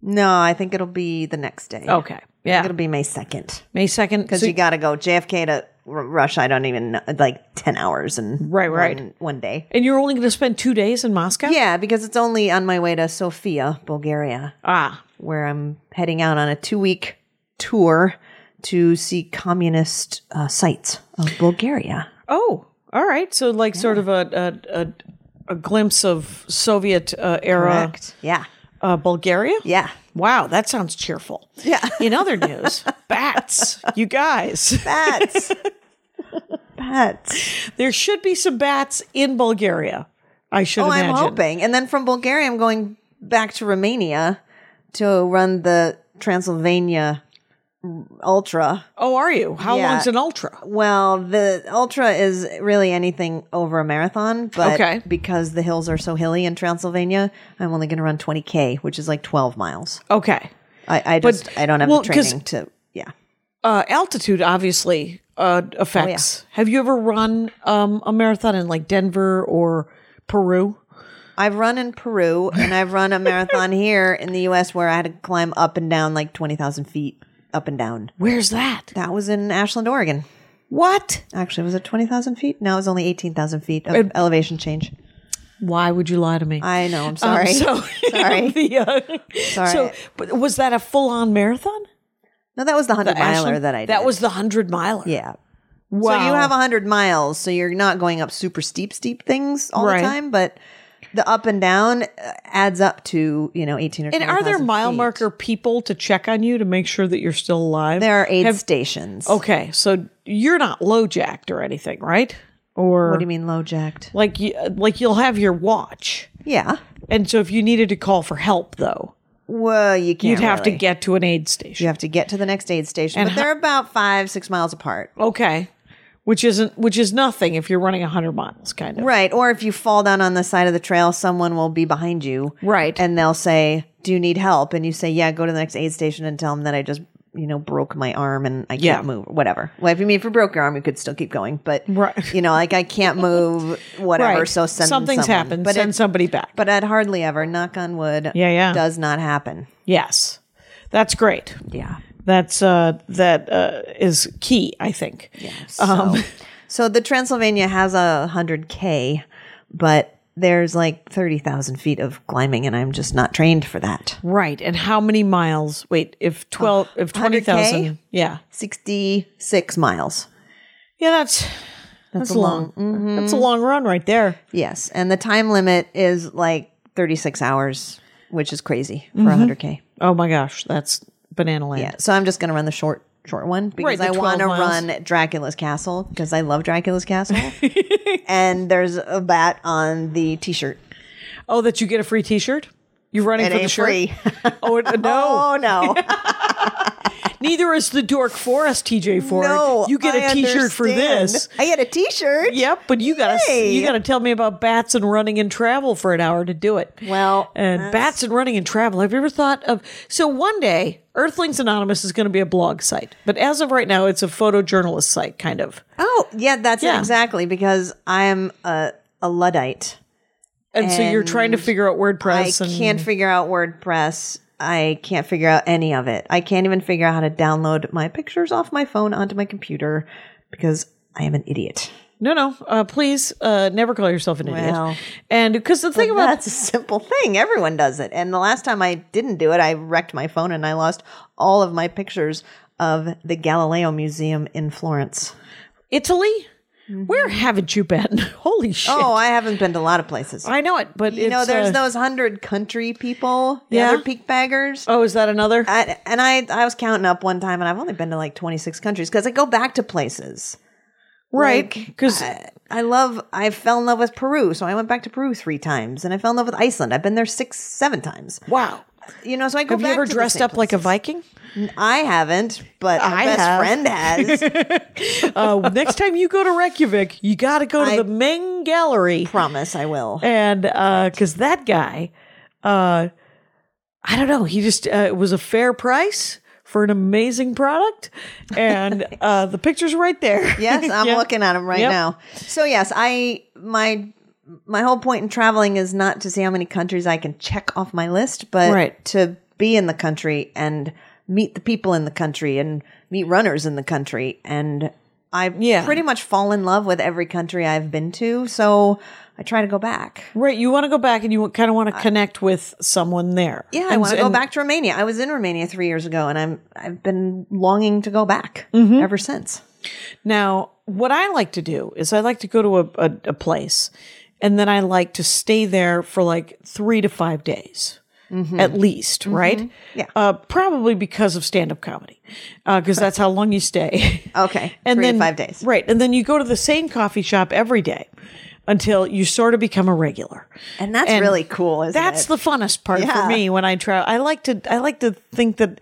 Speaker 2: No, I think it'll be the next day.
Speaker 1: Okay. Yeah.
Speaker 2: It'll be May 2nd.
Speaker 1: May 2nd.
Speaker 2: Because
Speaker 1: Oh. So-
Speaker 2: you got to go JFK to R- Russia. I don't even know, like 10 hours and
Speaker 1: Right, right.
Speaker 2: One, one day.
Speaker 1: and you're only going to spend two days in Moscow?
Speaker 2: Yeah, because it's only on my way to Sofia, Bulgaria,
Speaker 1: Ah,
Speaker 2: where I'm heading out on a two week tour to see communist uh, sites of Bulgaria.
Speaker 1: Oh, all right. So like sort of a a, a, a glimpse of Soviet uh, era
Speaker 2: Yeah.
Speaker 1: uh, Bulgaria.
Speaker 2: Yeah.
Speaker 1: Wow, that sounds cheerful.
Speaker 2: Yeah.
Speaker 1: In other news, bats. You guys,
Speaker 2: Bats. Bats.
Speaker 1: there should be some bats in Bulgaria. I should
Speaker 2: Oh,
Speaker 1: imagine.
Speaker 2: I'm hoping. And then from Bulgaria, I'm going back to Romania to run the Transylvania Ultra.
Speaker 1: Oh, are you? How
Speaker 2: Yeah.
Speaker 1: long's an ultra?
Speaker 2: Well, the Ultra is really anything over a marathon, but
Speaker 1: Okay.
Speaker 2: because the hills are so hilly in Transylvania, I'm only going to run 20K, which is like 12 miles.
Speaker 1: Okay.
Speaker 2: I, I just, I don't have
Speaker 1: well,
Speaker 2: the
Speaker 1: 'cause-
Speaker 2: training to, yeah.
Speaker 1: Uh, altitude obviously uh, affects.
Speaker 2: Oh,
Speaker 1: Have you ever run um, a marathon in like Denver or Peru?
Speaker 2: I've run in Peru and I've run a marathon here in the US where I had to climb up and down like 20,000 feet up and down.
Speaker 1: Where's that?
Speaker 2: That was in Ashland, Oregon.
Speaker 1: What?
Speaker 2: Actually, was it 20,000 feet? No, it was only 18,000 feet of elevation change.
Speaker 1: Why would you lie to me?
Speaker 2: I know. I'm
Speaker 1: Um,
Speaker 2: sorry.
Speaker 1: so
Speaker 2: Sorry.
Speaker 1: the, uh, So,
Speaker 2: right.
Speaker 1: but was that a full-on marathon?
Speaker 2: no, that was the 100 miler
Speaker 1: Ashland?
Speaker 2: that I did.
Speaker 1: That was the hundred miler.
Speaker 2: Yeah.
Speaker 1: Wow.
Speaker 2: So you have 100 miles, so you're not going up super steep, steep things all
Speaker 1: Right.
Speaker 2: the time, but the up and down uh, adds up to, you know, 18 or
Speaker 1: and are there
Speaker 2: 20,000
Speaker 1: mile
Speaker 2: feet.
Speaker 1: marker people to check on you to make sure that you're still alive?
Speaker 2: There are aid
Speaker 1: Have- Oh,
Speaker 2: stations.
Speaker 1: Okay, so you're not low jacked or anything, right? Or
Speaker 2: What do you mean low jacked?
Speaker 1: Like, you, like you'll have your watch,
Speaker 2: Yeah.
Speaker 1: and so if you needed to call for help, though,
Speaker 2: Well, you can't.
Speaker 1: you'd have to
Speaker 2: really.
Speaker 1: get to an aid station.
Speaker 2: You have to get to the next aid station,
Speaker 1: And
Speaker 2: but
Speaker 1: ho-
Speaker 2: they're about five, six miles apart.
Speaker 1: Okay, which isn't which is nothing if you're running hundred miles, kind of.
Speaker 2: Right. Or if you fall down on the side of the trail, someone will be behind you.
Speaker 1: Right.
Speaker 2: And they'll say, Do you need help? And you say, Yeah, go to the next aid station and tell them that I just, you know, broke my arm and I can't
Speaker 1: Yeah.
Speaker 2: move, whatever. Well, if you mean if you broke your arm, you could still keep going. But,
Speaker 1: Right.
Speaker 2: you know, like I can't move, whatever. So send
Speaker 1: something's
Speaker 2: someone.
Speaker 1: happened.
Speaker 2: But,
Speaker 1: send
Speaker 2: it,
Speaker 1: somebody back.
Speaker 2: but I'd hardly ever, knock on wood,
Speaker 1: Yeah, yeah.
Speaker 2: does not happen.
Speaker 1: Yes, that's great.
Speaker 2: Yeah.
Speaker 1: That's uh, that uh, is key, I think. Um,
Speaker 2: So, so the Transylvania has a hundred k, but there's like thirty thousand feet of climbing, and I'm just not trained for that.
Speaker 1: Right. And how many miles? Wait, if twelve, if twenty
Speaker 2: 100K?
Speaker 1: thousand, yeah,
Speaker 2: Sixty six miles.
Speaker 1: yeah, that's that's, a long, mm-hmm. that's a long run right there.
Speaker 2: Yes, and the time limit is like thirty six hours, which is crazy for a hundred k.
Speaker 1: Oh my gosh, that's banana land.
Speaker 2: Yeah, so I'm just gonna run the short. Short one because
Speaker 1: Right, the
Speaker 2: I want to
Speaker 1: 12 miles.
Speaker 2: run Dracula's Castle because I love Dracula's Castle, and there's a bat on the T-shirt.
Speaker 1: Oh, that you get a free T-shirt. You're running
Speaker 2: It
Speaker 1: for the
Speaker 2: ain't
Speaker 1: shirt.
Speaker 2: free.
Speaker 1: Oh it- no!
Speaker 2: Oh no!
Speaker 1: Neither is the Dork Forest TJ Ford.
Speaker 2: No,
Speaker 1: you get
Speaker 2: I
Speaker 1: a T-shirt for
Speaker 2: understand.
Speaker 1: this.
Speaker 2: I get a T-shirt.
Speaker 1: Yep, but you gotta
Speaker 2: Yay.
Speaker 1: you gotta tell me about bats and running and travel for an hour to do it.
Speaker 2: Well,
Speaker 1: and bats and running and travel. Have you ever thought of? So one day, Earthlings Anonymous is going to be a blog site, but as of right now, it's a photojournalist site, kind of.
Speaker 2: Oh, yeah, that's
Speaker 1: Yeah.
Speaker 2: it exactly because I'm a a luddite.
Speaker 1: And, so you're
Speaker 2: And
Speaker 1: trying to figure out WordPress.
Speaker 2: I
Speaker 1: and,
Speaker 2: can't figure out WordPress. I can't figure out any of it. I can't even figure out how to download my pictures off my phone onto my computer because I am an idiot.
Speaker 1: No, no. Uh, please uh, never call yourself an
Speaker 2: Well.
Speaker 1: idiot. And because the thing about
Speaker 2: That's a simple thing. Everyone does it. And the last time I didn't do it, I wrecked my phone and I lost all of my pictures of the Galileo Museum in Florence.
Speaker 1: Italy, where haven't you been? Holy shit!
Speaker 2: Mm-hmm. Oh, I haven't been to a lot of places.
Speaker 1: I know it, but
Speaker 2: you know,
Speaker 1: it's,
Speaker 2: there's
Speaker 1: uh,
Speaker 2: those hundred country people, the
Speaker 1: Yeah.
Speaker 2: other peak baggers.
Speaker 1: Oh, is that another?
Speaker 2: I, and I, I was counting up one time, and I've only been to like 26 countries because I go back to places.
Speaker 1: right?
Speaker 2: like,
Speaker 1: Because
Speaker 2: I, I love. I fell in love with Peru, so I went back to Peru three times, and I fell in love with Iceland. I've been there six, seven times.
Speaker 1: wow,
Speaker 2: You know, so I go.
Speaker 1: have you
Speaker 2: back
Speaker 1: ever
Speaker 2: to the
Speaker 1: dressed
Speaker 2: same
Speaker 1: up like a
Speaker 2: places.
Speaker 1: Viking?
Speaker 2: I haven't, but my
Speaker 1: I
Speaker 2: best
Speaker 1: have.
Speaker 2: friend has.
Speaker 1: Uh, next time you go to Reykjavik, you got to go to
Speaker 2: I-
Speaker 1: the Ming Gallery.
Speaker 2: Promise, I will.
Speaker 1: and because that guy, uh, I don't know, he just uh, it was a fair price for an amazing product, and uh, the picture's right there.
Speaker 2: Yes, I'm
Speaker 1: Yeah.
Speaker 2: looking at them right
Speaker 1: Yep.
Speaker 2: now. So yes, I my my whole point in traveling is not to see how many countries I can check off my list, but
Speaker 1: Right.
Speaker 2: to be in the country and meet the people in the country and meet runners in the country and I
Speaker 1: Yeah.
Speaker 2: pretty much fall in love with every country I've been to, so I try to go back.
Speaker 1: Right, you want to go back and you kind of want to connect with someone there.
Speaker 2: Yeah, I
Speaker 1: And-
Speaker 2: want to go
Speaker 1: and-
Speaker 2: back to Romania. I was in Romania 3 years ago and I'm I've been longing to go back
Speaker 1: Mm-hmm.
Speaker 2: ever since.
Speaker 1: Now, what I like to do is I like to go to a, a, a place and then I like to stay there for like three to five days. At least, right?
Speaker 2: Mm-hmm. Yeah.
Speaker 1: Uh, probably because of stand up comedy, because that's how long you stay.
Speaker 2: Okay.
Speaker 1: and
Speaker 2: three
Speaker 1: then
Speaker 2: to 5 days.
Speaker 1: right? And then you go to the same coffee shop every day until you sort of become a regular.
Speaker 2: And that's really cool, isn't
Speaker 1: that's
Speaker 2: it?
Speaker 1: the funnest part
Speaker 2: Yeah.
Speaker 1: for me when I travel. I like to I like to think that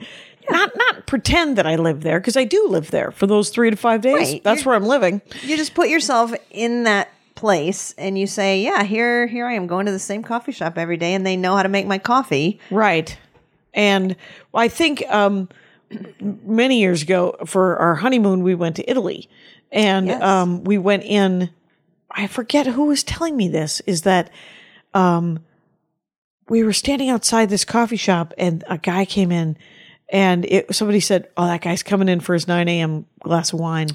Speaker 1: not not pretend that I live there because I do live there for those three to five days.
Speaker 2: Right.
Speaker 1: That's
Speaker 2: You're-
Speaker 1: where I'm living.
Speaker 2: you just put yourself in that place and you say, "Yeah, here here I am going to the same coffee shop every day and they know how to make my coffee."
Speaker 1: Right. And I think um, many years ago for our honeymoon, we went to Italy and
Speaker 2: Yes.
Speaker 1: um, we went in. I forget who was telling me this is that um, we were standing outside this coffee shop and a guy came in and it, somebody said, Oh, that guy's coming in for his 9 a.m. glass of wine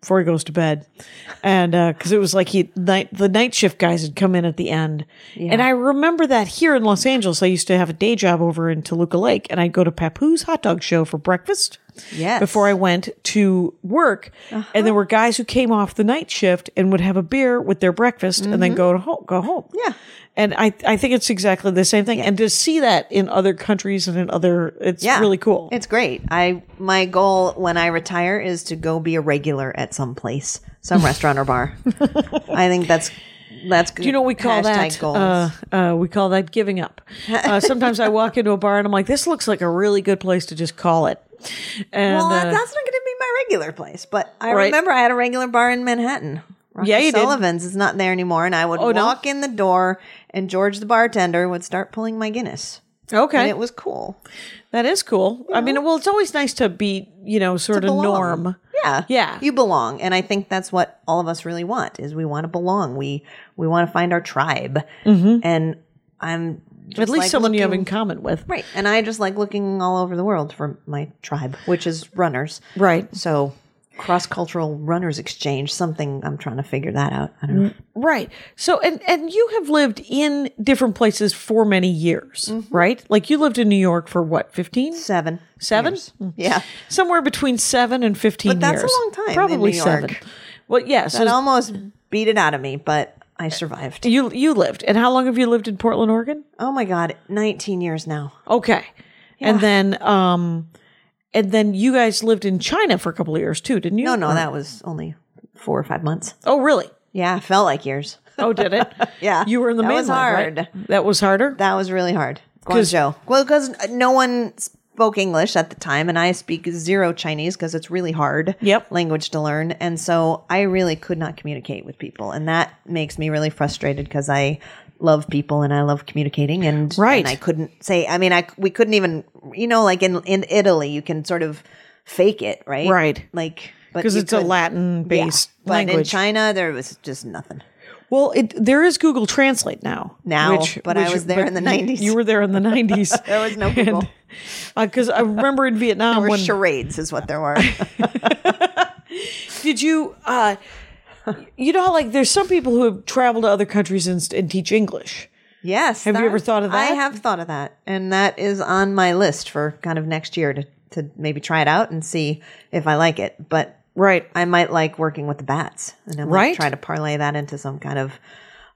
Speaker 1: before he goes to bed. And because it was like he, night, the night shift guys had come in at the end. And I remember that here in Los Angeles, I used to have a day job over in Toluca Lake and I'd go to Papu's hot dog show for breakfast
Speaker 2: Yes. Uh-huh.
Speaker 1: before I went to work. And there were guys who came off the night shift and would have a beer with their breakfast and then go to home, go home.
Speaker 2: Mm-hmm. Yeah.
Speaker 1: And I, I think it's exactly the same thing. And to see that in other countries and in other, it's
Speaker 2: Yeah.
Speaker 1: really cool.
Speaker 2: It's great. I my goal when I retire is to go be a regular at some place, some restaurant or bar. I think that's that's good.
Speaker 1: Do you know what we call
Speaker 2: Hashtag
Speaker 1: that?
Speaker 2: goals.
Speaker 1: Uh, uh, we call that giving up. Uh, sometimes I walk into a bar and I'm like, this looks like a really good place to just call it. And
Speaker 2: well, that-
Speaker 1: uh,
Speaker 2: that's not going to be my regular place, but I
Speaker 1: Right.
Speaker 2: remember I had a regular bar in Manhattan. Rocky
Speaker 1: Yeah, you did. Oh,
Speaker 2: Sullivan's is not there anymore, and I would
Speaker 1: no?
Speaker 2: walk in the door, and George the bartender would start pulling my Guinness.
Speaker 1: okay.
Speaker 2: and it was cool.
Speaker 1: that is cool. I mean, well, it's always nice to be, you know, sort of
Speaker 2: belong.
Speaker 1: norm.
Speaker 2: Yeah,
Speaker 1: Yeah.
Speaker 2: You belong, and I think that's what all of us really want is we want to belong. We we want to find our tribe, and I'm just
Speaker 1: Mm-hmm. At least
Speaker 2: like
Speaker 1: someone you have
Speaker 2: looking-
Speaker 1: in common with.
Speaker 2: right. And I just like looking all over the world for my tribe, which is runners.
Speaker 1: Right.
Speaker 2: So cross cultural runners exchange something. I'm trying to figure that out. I
Speaker 1: Mm.
Speaker 2: don't know.
Speaker 1: Right. So and and you have lived in different places for many years,
Speaker 2: Mm-hmm.
Speaker 1: right? Like you lived in New York for what, 15?
Speaker 2: Seven,
Speaker 1: 7?
Speaker 2: years. yeah.
Speaker 1: Somewhere between 7 and 15
Speaker 2: But that's a
Speaker 1: years.
Speaker 2: long time in
Speaker 1: Probably
Speaker 2: New York.
Speaker 1: 7. Well, yeah, so
Speaker 2: It almost beat it out of me, but I survived.
Speaker 1: you you lived. And how long have you lived in Portland, Oregon?
Speaker 2: Oh my god, 19 years now.
Speaker 1: Okay. And then um and then you guys lived in China for a couple of years too, didn't you?
Speaker 2: No, no, that was only four or five months.
Speaker 1: Oh, really?
Speaker 2: Yeah, it felt like years.
Speaker 1: Oh, did it?
Speaker 2: Yeah.
Speaker 1: You were in the
Speaker 2: That
Speaker 1: mainland,
Speaker 2: was
Speaker 1: right?
Speaker 2: hard.
Speaker 1: That was harder?
Speaker 2: That was really hard.
Speaker 1: 'Cause-
Speaker 2: Guangzhou. Well, because no one spoke English at the time, and I speak zero Chinese because it's really hard
Speaker 1: Yep.
Speaker 2: language to learn. And so I really could not communicate with people. And that makes me really frustrated because I love people and I love communicating. And,
Speaker 1: Right.
Speaker 2: and I couldn't say, I mean, I, we couldn't even, you know, like in, in Italy, you can sort of fake it, right?
Speaker 1: Right.
Speaker 2: Like,
Speaker 1: Because it's a Latin based
Speaker 2: But in
Speaker 1: language.
Speaker 2: China, there was just nothing.
Speaker 1: Well, it, there is Google Translate now.
Speaker 2: Now, but I was there in the
Speaker 1: you-
Speaker 2: 90s.
Speaker 1: You were there in the 90s.
Speaker 2: There was no Google.
Speaker 1: Because I remember in Vietnam
Speaker 2: There were
Speaker 1: when
Speaker 2: charades, is what there were.
Speaker 1: did you uh, you know how like there's some people who have traveled to other countries and, st- and teach English.
Speaker 2: Yes.
Speaker 1: Have you ever thought of that?
Speaker 2: I have thought of that. And that is on my list for kind of next year to, to maybe try it out and see if I like it. But
Speaker 1: Right.
Speaker 2: I might like working with the bats. And I might
Speaker 1: Right.
Speaker 2: try to parlay that into some kind of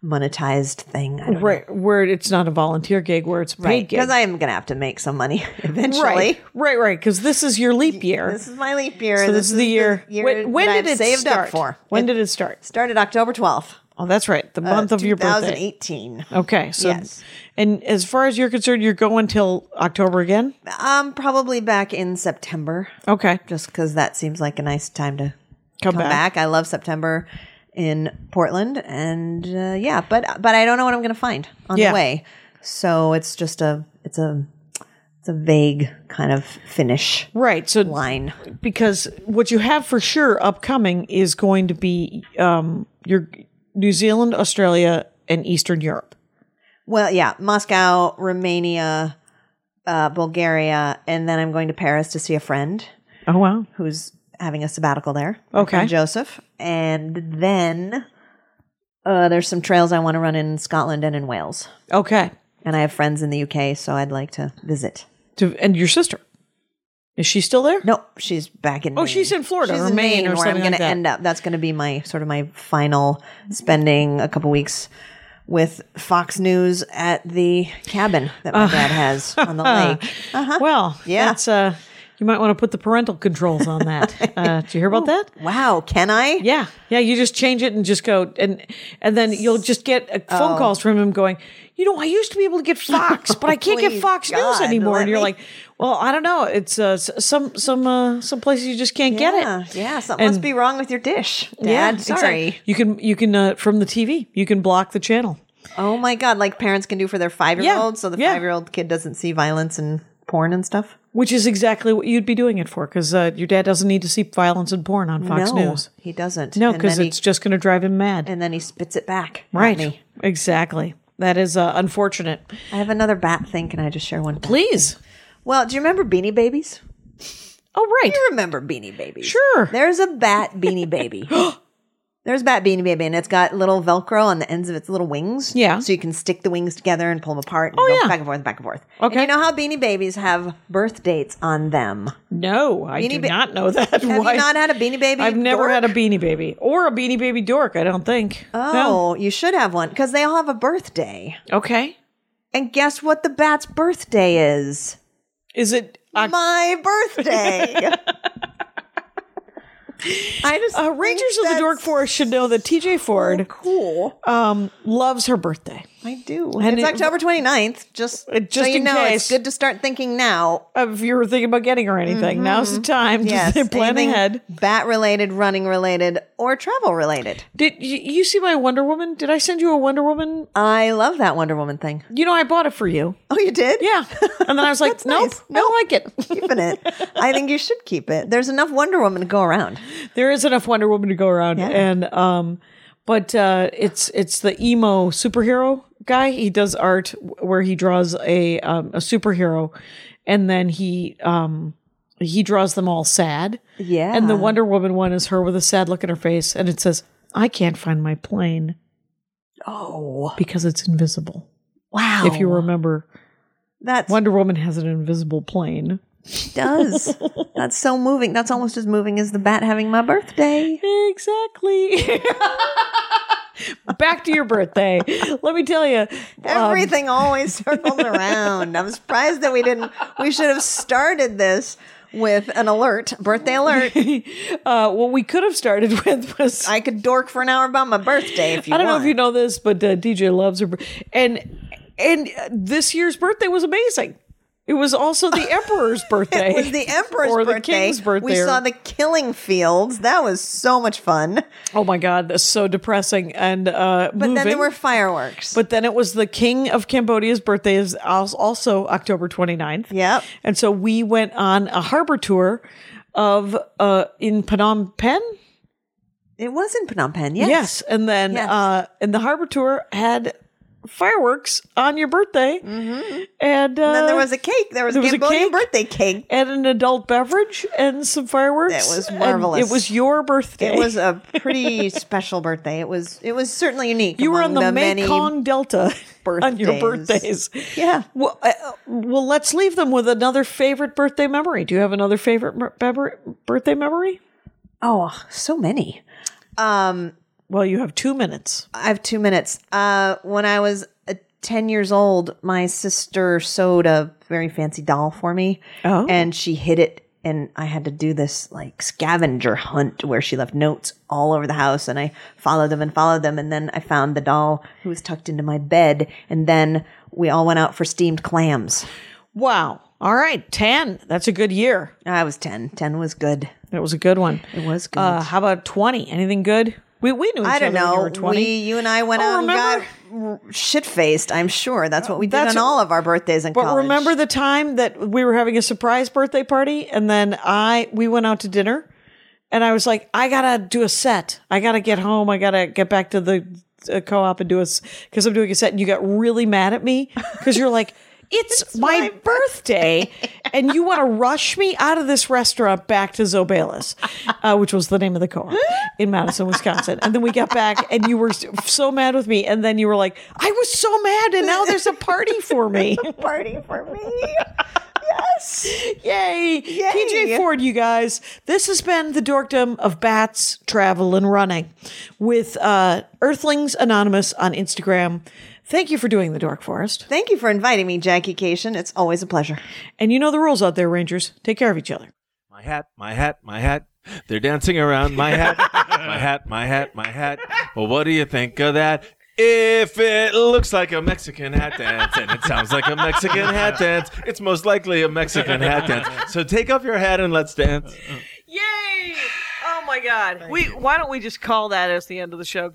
Speaker 2: monetized thing. I don't know.
Speaker 1: Right. Where it's not a volunteer gig, where it's a paid gig.
Speaker 2: Because I am going to have to make some money eventually.
Speaker 1: right. Right. Right. Because this is your leap year.
Speaker 2: This is my leap year.
Speaker 1: so this, is the year. when when
Speaker 2: that
Speaker 1: did
Speaker 2: I've
Speaker 1: it
Speaker 2: saved
Speaker 1: start?
Speaker 2: up for? Uh,
Speaker 1: When
Speaker 2: it
Speaker 1: did it start?
Speaker 2: started October 12th.
Speaker 1: Oh, that's right. The month of your birthday. Oh.
Speaker 2: 2018.
Speaker 1: Okay. So,
Speaker 2: Yes.
Speaker 1: and as far as you're concerned, you're going till October again.
Speaker 2: Um, probably back in September,
Speaker 1: Okay.
Speaker 2: just because that seems like a nice time to
Speaker 1: Come,
Speaker 2: come back. I love September in Portland, and uh, yeah, but but I don't know what I'm going to find on
Speaker 1: Yeah.
Speaker 2: the way. So it's just a it's a it's a vague kind of finish
Speaker 1: Right. So
Speaker 2: line.
Speaker 1: because what you have for sure upcoming is going to be um, your New Zealand, Australia, and Eastern Europe.
Speaker 2: Well, yeah, Moscow, Romania, uh, Bulgaria, and then I'm going to Paris to see a friend
Speaker 1: Oh wow!
Speaker 2: who's having a sabbatical there.
Speaker 1: Okay.
Speaker 2: from Joseph, and then uh, there's some trails I want to run in Scotland and in Wales,
Speaker 1: Okay.
Speaker 2: and I have friends in the UK, so I'd like to visit.
Speaker 1: To, and your sister, is she still there?
Speaker 2: No, she's back in.
Speaker 1: Oh, she's in Florida or Maine or
Speaker 2: where I'm
Speaker 1: something
Speaker 2: gonna
Speaker 1: like that.
Speaker 2: end up. That's going to be my sort of my final spending a couple weeks with Fox News at the cabin that my dad has on the lake.
Speaker 1: Well,
Speaker 2: Uh-huh. Yeah.
Speaker 1: That's uh, you might want to put the parental controls on that. uh, did you hear about that?
Speaker 2: Wow, can I?
Speaker 1: Yeah, yeah. You just change it and just go, and and then you'll just get uh,
Speaker 2: oh.
Speaker 1: phone calls from him going, you know, I used to be able to get Fox, but I can't get
Speaker 2: Please,
Speaker 1: Fox News
Speaker 2: God,
Speaker 1: anymore.
Speaker 2: let
Speaker 1: And you're
Speaker 2: me-
Speaker 1: like, well, I don't know. It's uh, s- some some uh, some places you just can't
Speaker 2: Yeah,
Speaker 1: get it.
Speaker 2: yeah, something must
Speaker 1: And-
Speaker 2: be wrong with your dish, Dad.
Speaker 1: exactly.
Speaker 2: sorry.
Speaker 1: You can you can uh, from the TV you can block the channel.
Speaker 2: Oh my god, like parents can do for their five year old,
Speaker 1: Yeah,
Speaker 2: so the
Speaker 1: yeah.
Speaker 2: five year old kid doesn't see violence and porn and stuff.
Speaker 1: Which is exactly what you'd be doing it for, because uh, your dad doesn't need to see violence and porn on Fox
Speaker 2: no,
Speaker 1: News.
Speaker 2: he doesn't.
Speaker 1: No,
Speaker 2: And
Speaker 1: because
Speaker 2: then he-
Speaker 1: it's just going to drive him mad.
Speaker 2: and then he spits it back. at
Speaker 1: right.
Speaker 2: me.
Speaker 1: Exactly. That is uh, unfortunate.
Speaker 2: I have another bat thing. Can I just share one?
Speaker 1: Please.
Speaker 2: Well, do you remember Beanie Babies?
Speaker 1: Oh, right.
Speaker 2: You remember Beanie Babies?
Speaker 1: Sure.
Speaker 2: There's a bat Beanie Baby. There's a bat Beanie Baby, and it's got little Velcro on the ends of its little wings.
Speaker 1: Yeah.
Speaker 2: So you can stick the wings together and pull them apart and
Speaker 1: Oh,
Speaker 2: go
Speaker 1: yeah.
Speaker 2: back and forth, back and forth.
Speaker 1: Okay.
Speaker 2: And you know how Beanie Babies have birth dates on them?
Speaker 1: No, I do
Speaker 2: Ba-
Speaker 1: not know that.
Speaker 2: Have you not had a Beanie Baby?
Speaker 1: I've never
Speaker 2: dork?
Speaker 1: had a beanie baby or a beanie baby dork. I don't think. No.
Speaker 2: Oh, you should have one because they all have a birthday.
Speaker 1: okay.
Speaker 2: And guess what the bat's birthday is?
Speaker 1: Is it? Uh,
Speaker 2: My birthday. I just
Speaker 1: uh,
Speaker 2: think
Speaker 1: Rangers of the
Speaker 2: that's
Speaker 1: Dork Forest should know that TJ
Speaker 2: so
Speaker 1: Ford
Speaker 2: Cool.
Speaker 1: um, loves her birthday.
Speaker 2: I do.
Speaker 1: And
Speaker 2: it's
Speaker 1: it-
Speaker 2: October 29th. Just,
Speaker 1: Uh, just
Speaker 2: so you
Speaker 1: in
Speaker 2: know,
Speaker 1: case.
Speaker 2: it's good to start thinking now.
Speaker 1: If you were thinking about getting her anything, now's the time.
Speaker 2: Mm-hmm. Yes.
Speaker 1: to plan
Speaker 2: anything
Speaker 1: ahead.
Speaker 2: Bat related, running related, or travel related.
Speaker 1: Did you, you see my Wonder Woman? Did I send you a Wonder Woman?
Speaker 2: I love that Wonder Woman thing.
Speaker 1: You know, I bought it for you.
Speaker 2: Oh, you did?
Speaker 1: Yeah, and then I was like,
Speaker 2: That's
Speaker 1: nope,
Speaker 2: nice.
Speaker 1: I don't like it.
Speaker 2: Keeping it. I think you should keep it. There's enough Wonder Woman to go around.
Speaker 1: there is enough Wonder Woman to go around,
Speaker 2: Yeah.
Speaker 1: and um, but uh, it's it's the emo superhero guy. He does art w- where he draws a um, a superhero, and then he um he draws them all sad.
Speaker 2: Yeah.
Speaker 1: And the Wonder Woman one is her with a sad look in her face, and it says, "I can't find my plane
Speaker 2: Oh,
Speaker 1: because it's invisible."
Speaker 2: wow.
Speaker 1: If you remember,
Speaker 2: That's
Speaker 1: Wonder Woman has an invisible plane.
Speaker 2: she does. That's so moving. That's almost as moving as the bat having my birthday.
Speaker 1: Exactly. Back to your birthday. Let me tell you. Um,
Speaker 2: Everything always circles around. I'm surprised that we didn't. We should have started this with an alert, birthday alert.
Speaker 1: Uh, what we could have started with was I,
Speaker 2: I could dork for an hour about my birthday if you.
Speaker 1: don't know
Speaker 2: want.
Speaker 1: if you know this, but uh, DJ loves her, bir- and and uh, this year's birthday was amazing. It was also the emperor's birthday.
Speaker 2: It was the emperor's
Speaker 1: or
Speaker 2: birthday.
Speaker 1: the king's birthday.
Speaker 2: We
Speaker 1: or-
Speaker 2: saw the Killing Fields. That was so much fun.
Speaker 1: oh my god, that's so depressing and uh,
Speaker 2: But then there
Speaker 1: moving.
Speaker 2: were fireworks.
Speaker 1: But then it was the king of Cambodia's birthday is al- also October 29th.
Speaker 2: Yep.
Speaker 1: And so we went on a harbor tour of uh in Phnom Penh.
Speaker 2: it was in Phnom Penh. Yes.
Speaker 1: And then
Speaker 2: Yes.
Speaker 1: uh and the harbor tour had fireworks on your birthday, and, uh,
Speaker 2: Mm-hmm. And then there was a cake. There was,
Speaker 1: there was a
Speaker 2: a Cambodian
Speaker 1: cake.
Speaker 2: birthday cake.
Speaker 1: and an adult beverage and some fireworks.
Speaker 2: That was
Speaker 1: and
Speaker 2: marvelous.
Speaker 1: It was your birthday.
Speaker 2: It was a pretty special birthday. It was it was certainly unique.
Speaker 1: you were on
Speaker 2: among
Speaker 1: the,
Speaker 2: many-
Speaker 1: Mekong Delta on your
Speaker 2: birthdays.
Speaker 1: birthdays.
Speaker 2: Yeah.
Speaker 1: Well, uh, well, let's leave them with another favorite birthday memory. Do you have another favorite mer- bever- birthday memory?
Speaker 2: Oh, so many. Um,
Speaker 1: Well, you have two minutes.
Speaker 2: I have two minutes. Uh, when I was uh, 10 years old, my sister sewed a very fancy doll for me.
Speaker 1: Oh.
Speaker 2: And she hid it. And I had to do this like scavenger hunt where she left notes all over the house. And I followed them and followed them. And then I found the doll who was tucked into my bed. And then we all went out for steamed clams.
Speaker 1: Wow. All right, ten. That's a good year.
Speaker 2: I was 10. 10 was good.
Speaker 1: That was a good one.
Speaker 2: It was good.
Speaker 1: Uh, how about twenty? Anything good? We we knew each
Speaker 2: I don't
Speaker 1: other when you
Speaker 2: know.
Speaker 1: were twenty.
Speaker 2: We, you and I went
Speaker 1: Oh,
Speaker 2: out
Speaker 1: remember?
Speaker 2: and got shit faced. I'm sure that's what we did
Speaker 1: That's-
Speaker 2: on all of our birthdays in
Speaker 1: But
Speaker 2: college.
Speaker 1: remember the time that we were having a surprise birthday party and then I we went out to dinner and I was like, I gotta do a set. I gotta get home. I gotta get back to the uh, co-op and do a because I'm doing a set. And you got really mad at me because you're like, it's, my, birthday, and you want to rush me out of this restaurant back to Zobalis, uh, which was the name of the co-op in Madison, Wisconsin. And then we got back, and you were so mad with me, and then you were like, I was so mad, and now there's a party for me.
Speaker 2: party for me. yes.
Speaker 1: Yay! TJ Ford, you guys. This has been the dorkdom of bats, travel, and running with uh, Earthlings Anonymous on Instagram. Thank you for doing the Dork Forest.
Speaker 2: Thank you for inviting me, Jackie Cation. It's always a pleasure.
Speaker 1: And you know the rules out there, Rangers. Take care of each other.
Speaker 3: My hat, my hat, my hat. They're dancing around my hat, my hat, my hat, my hat. Well, what do you think of that? If it looks like a Mexican hat dance and it sounds like a Mexican hat dance, it's most likely a Mexican hat dance. So take off your hat and let's dance.
Speaker 1: Yay! Oh my God. We why don't we just call that as the end of the show?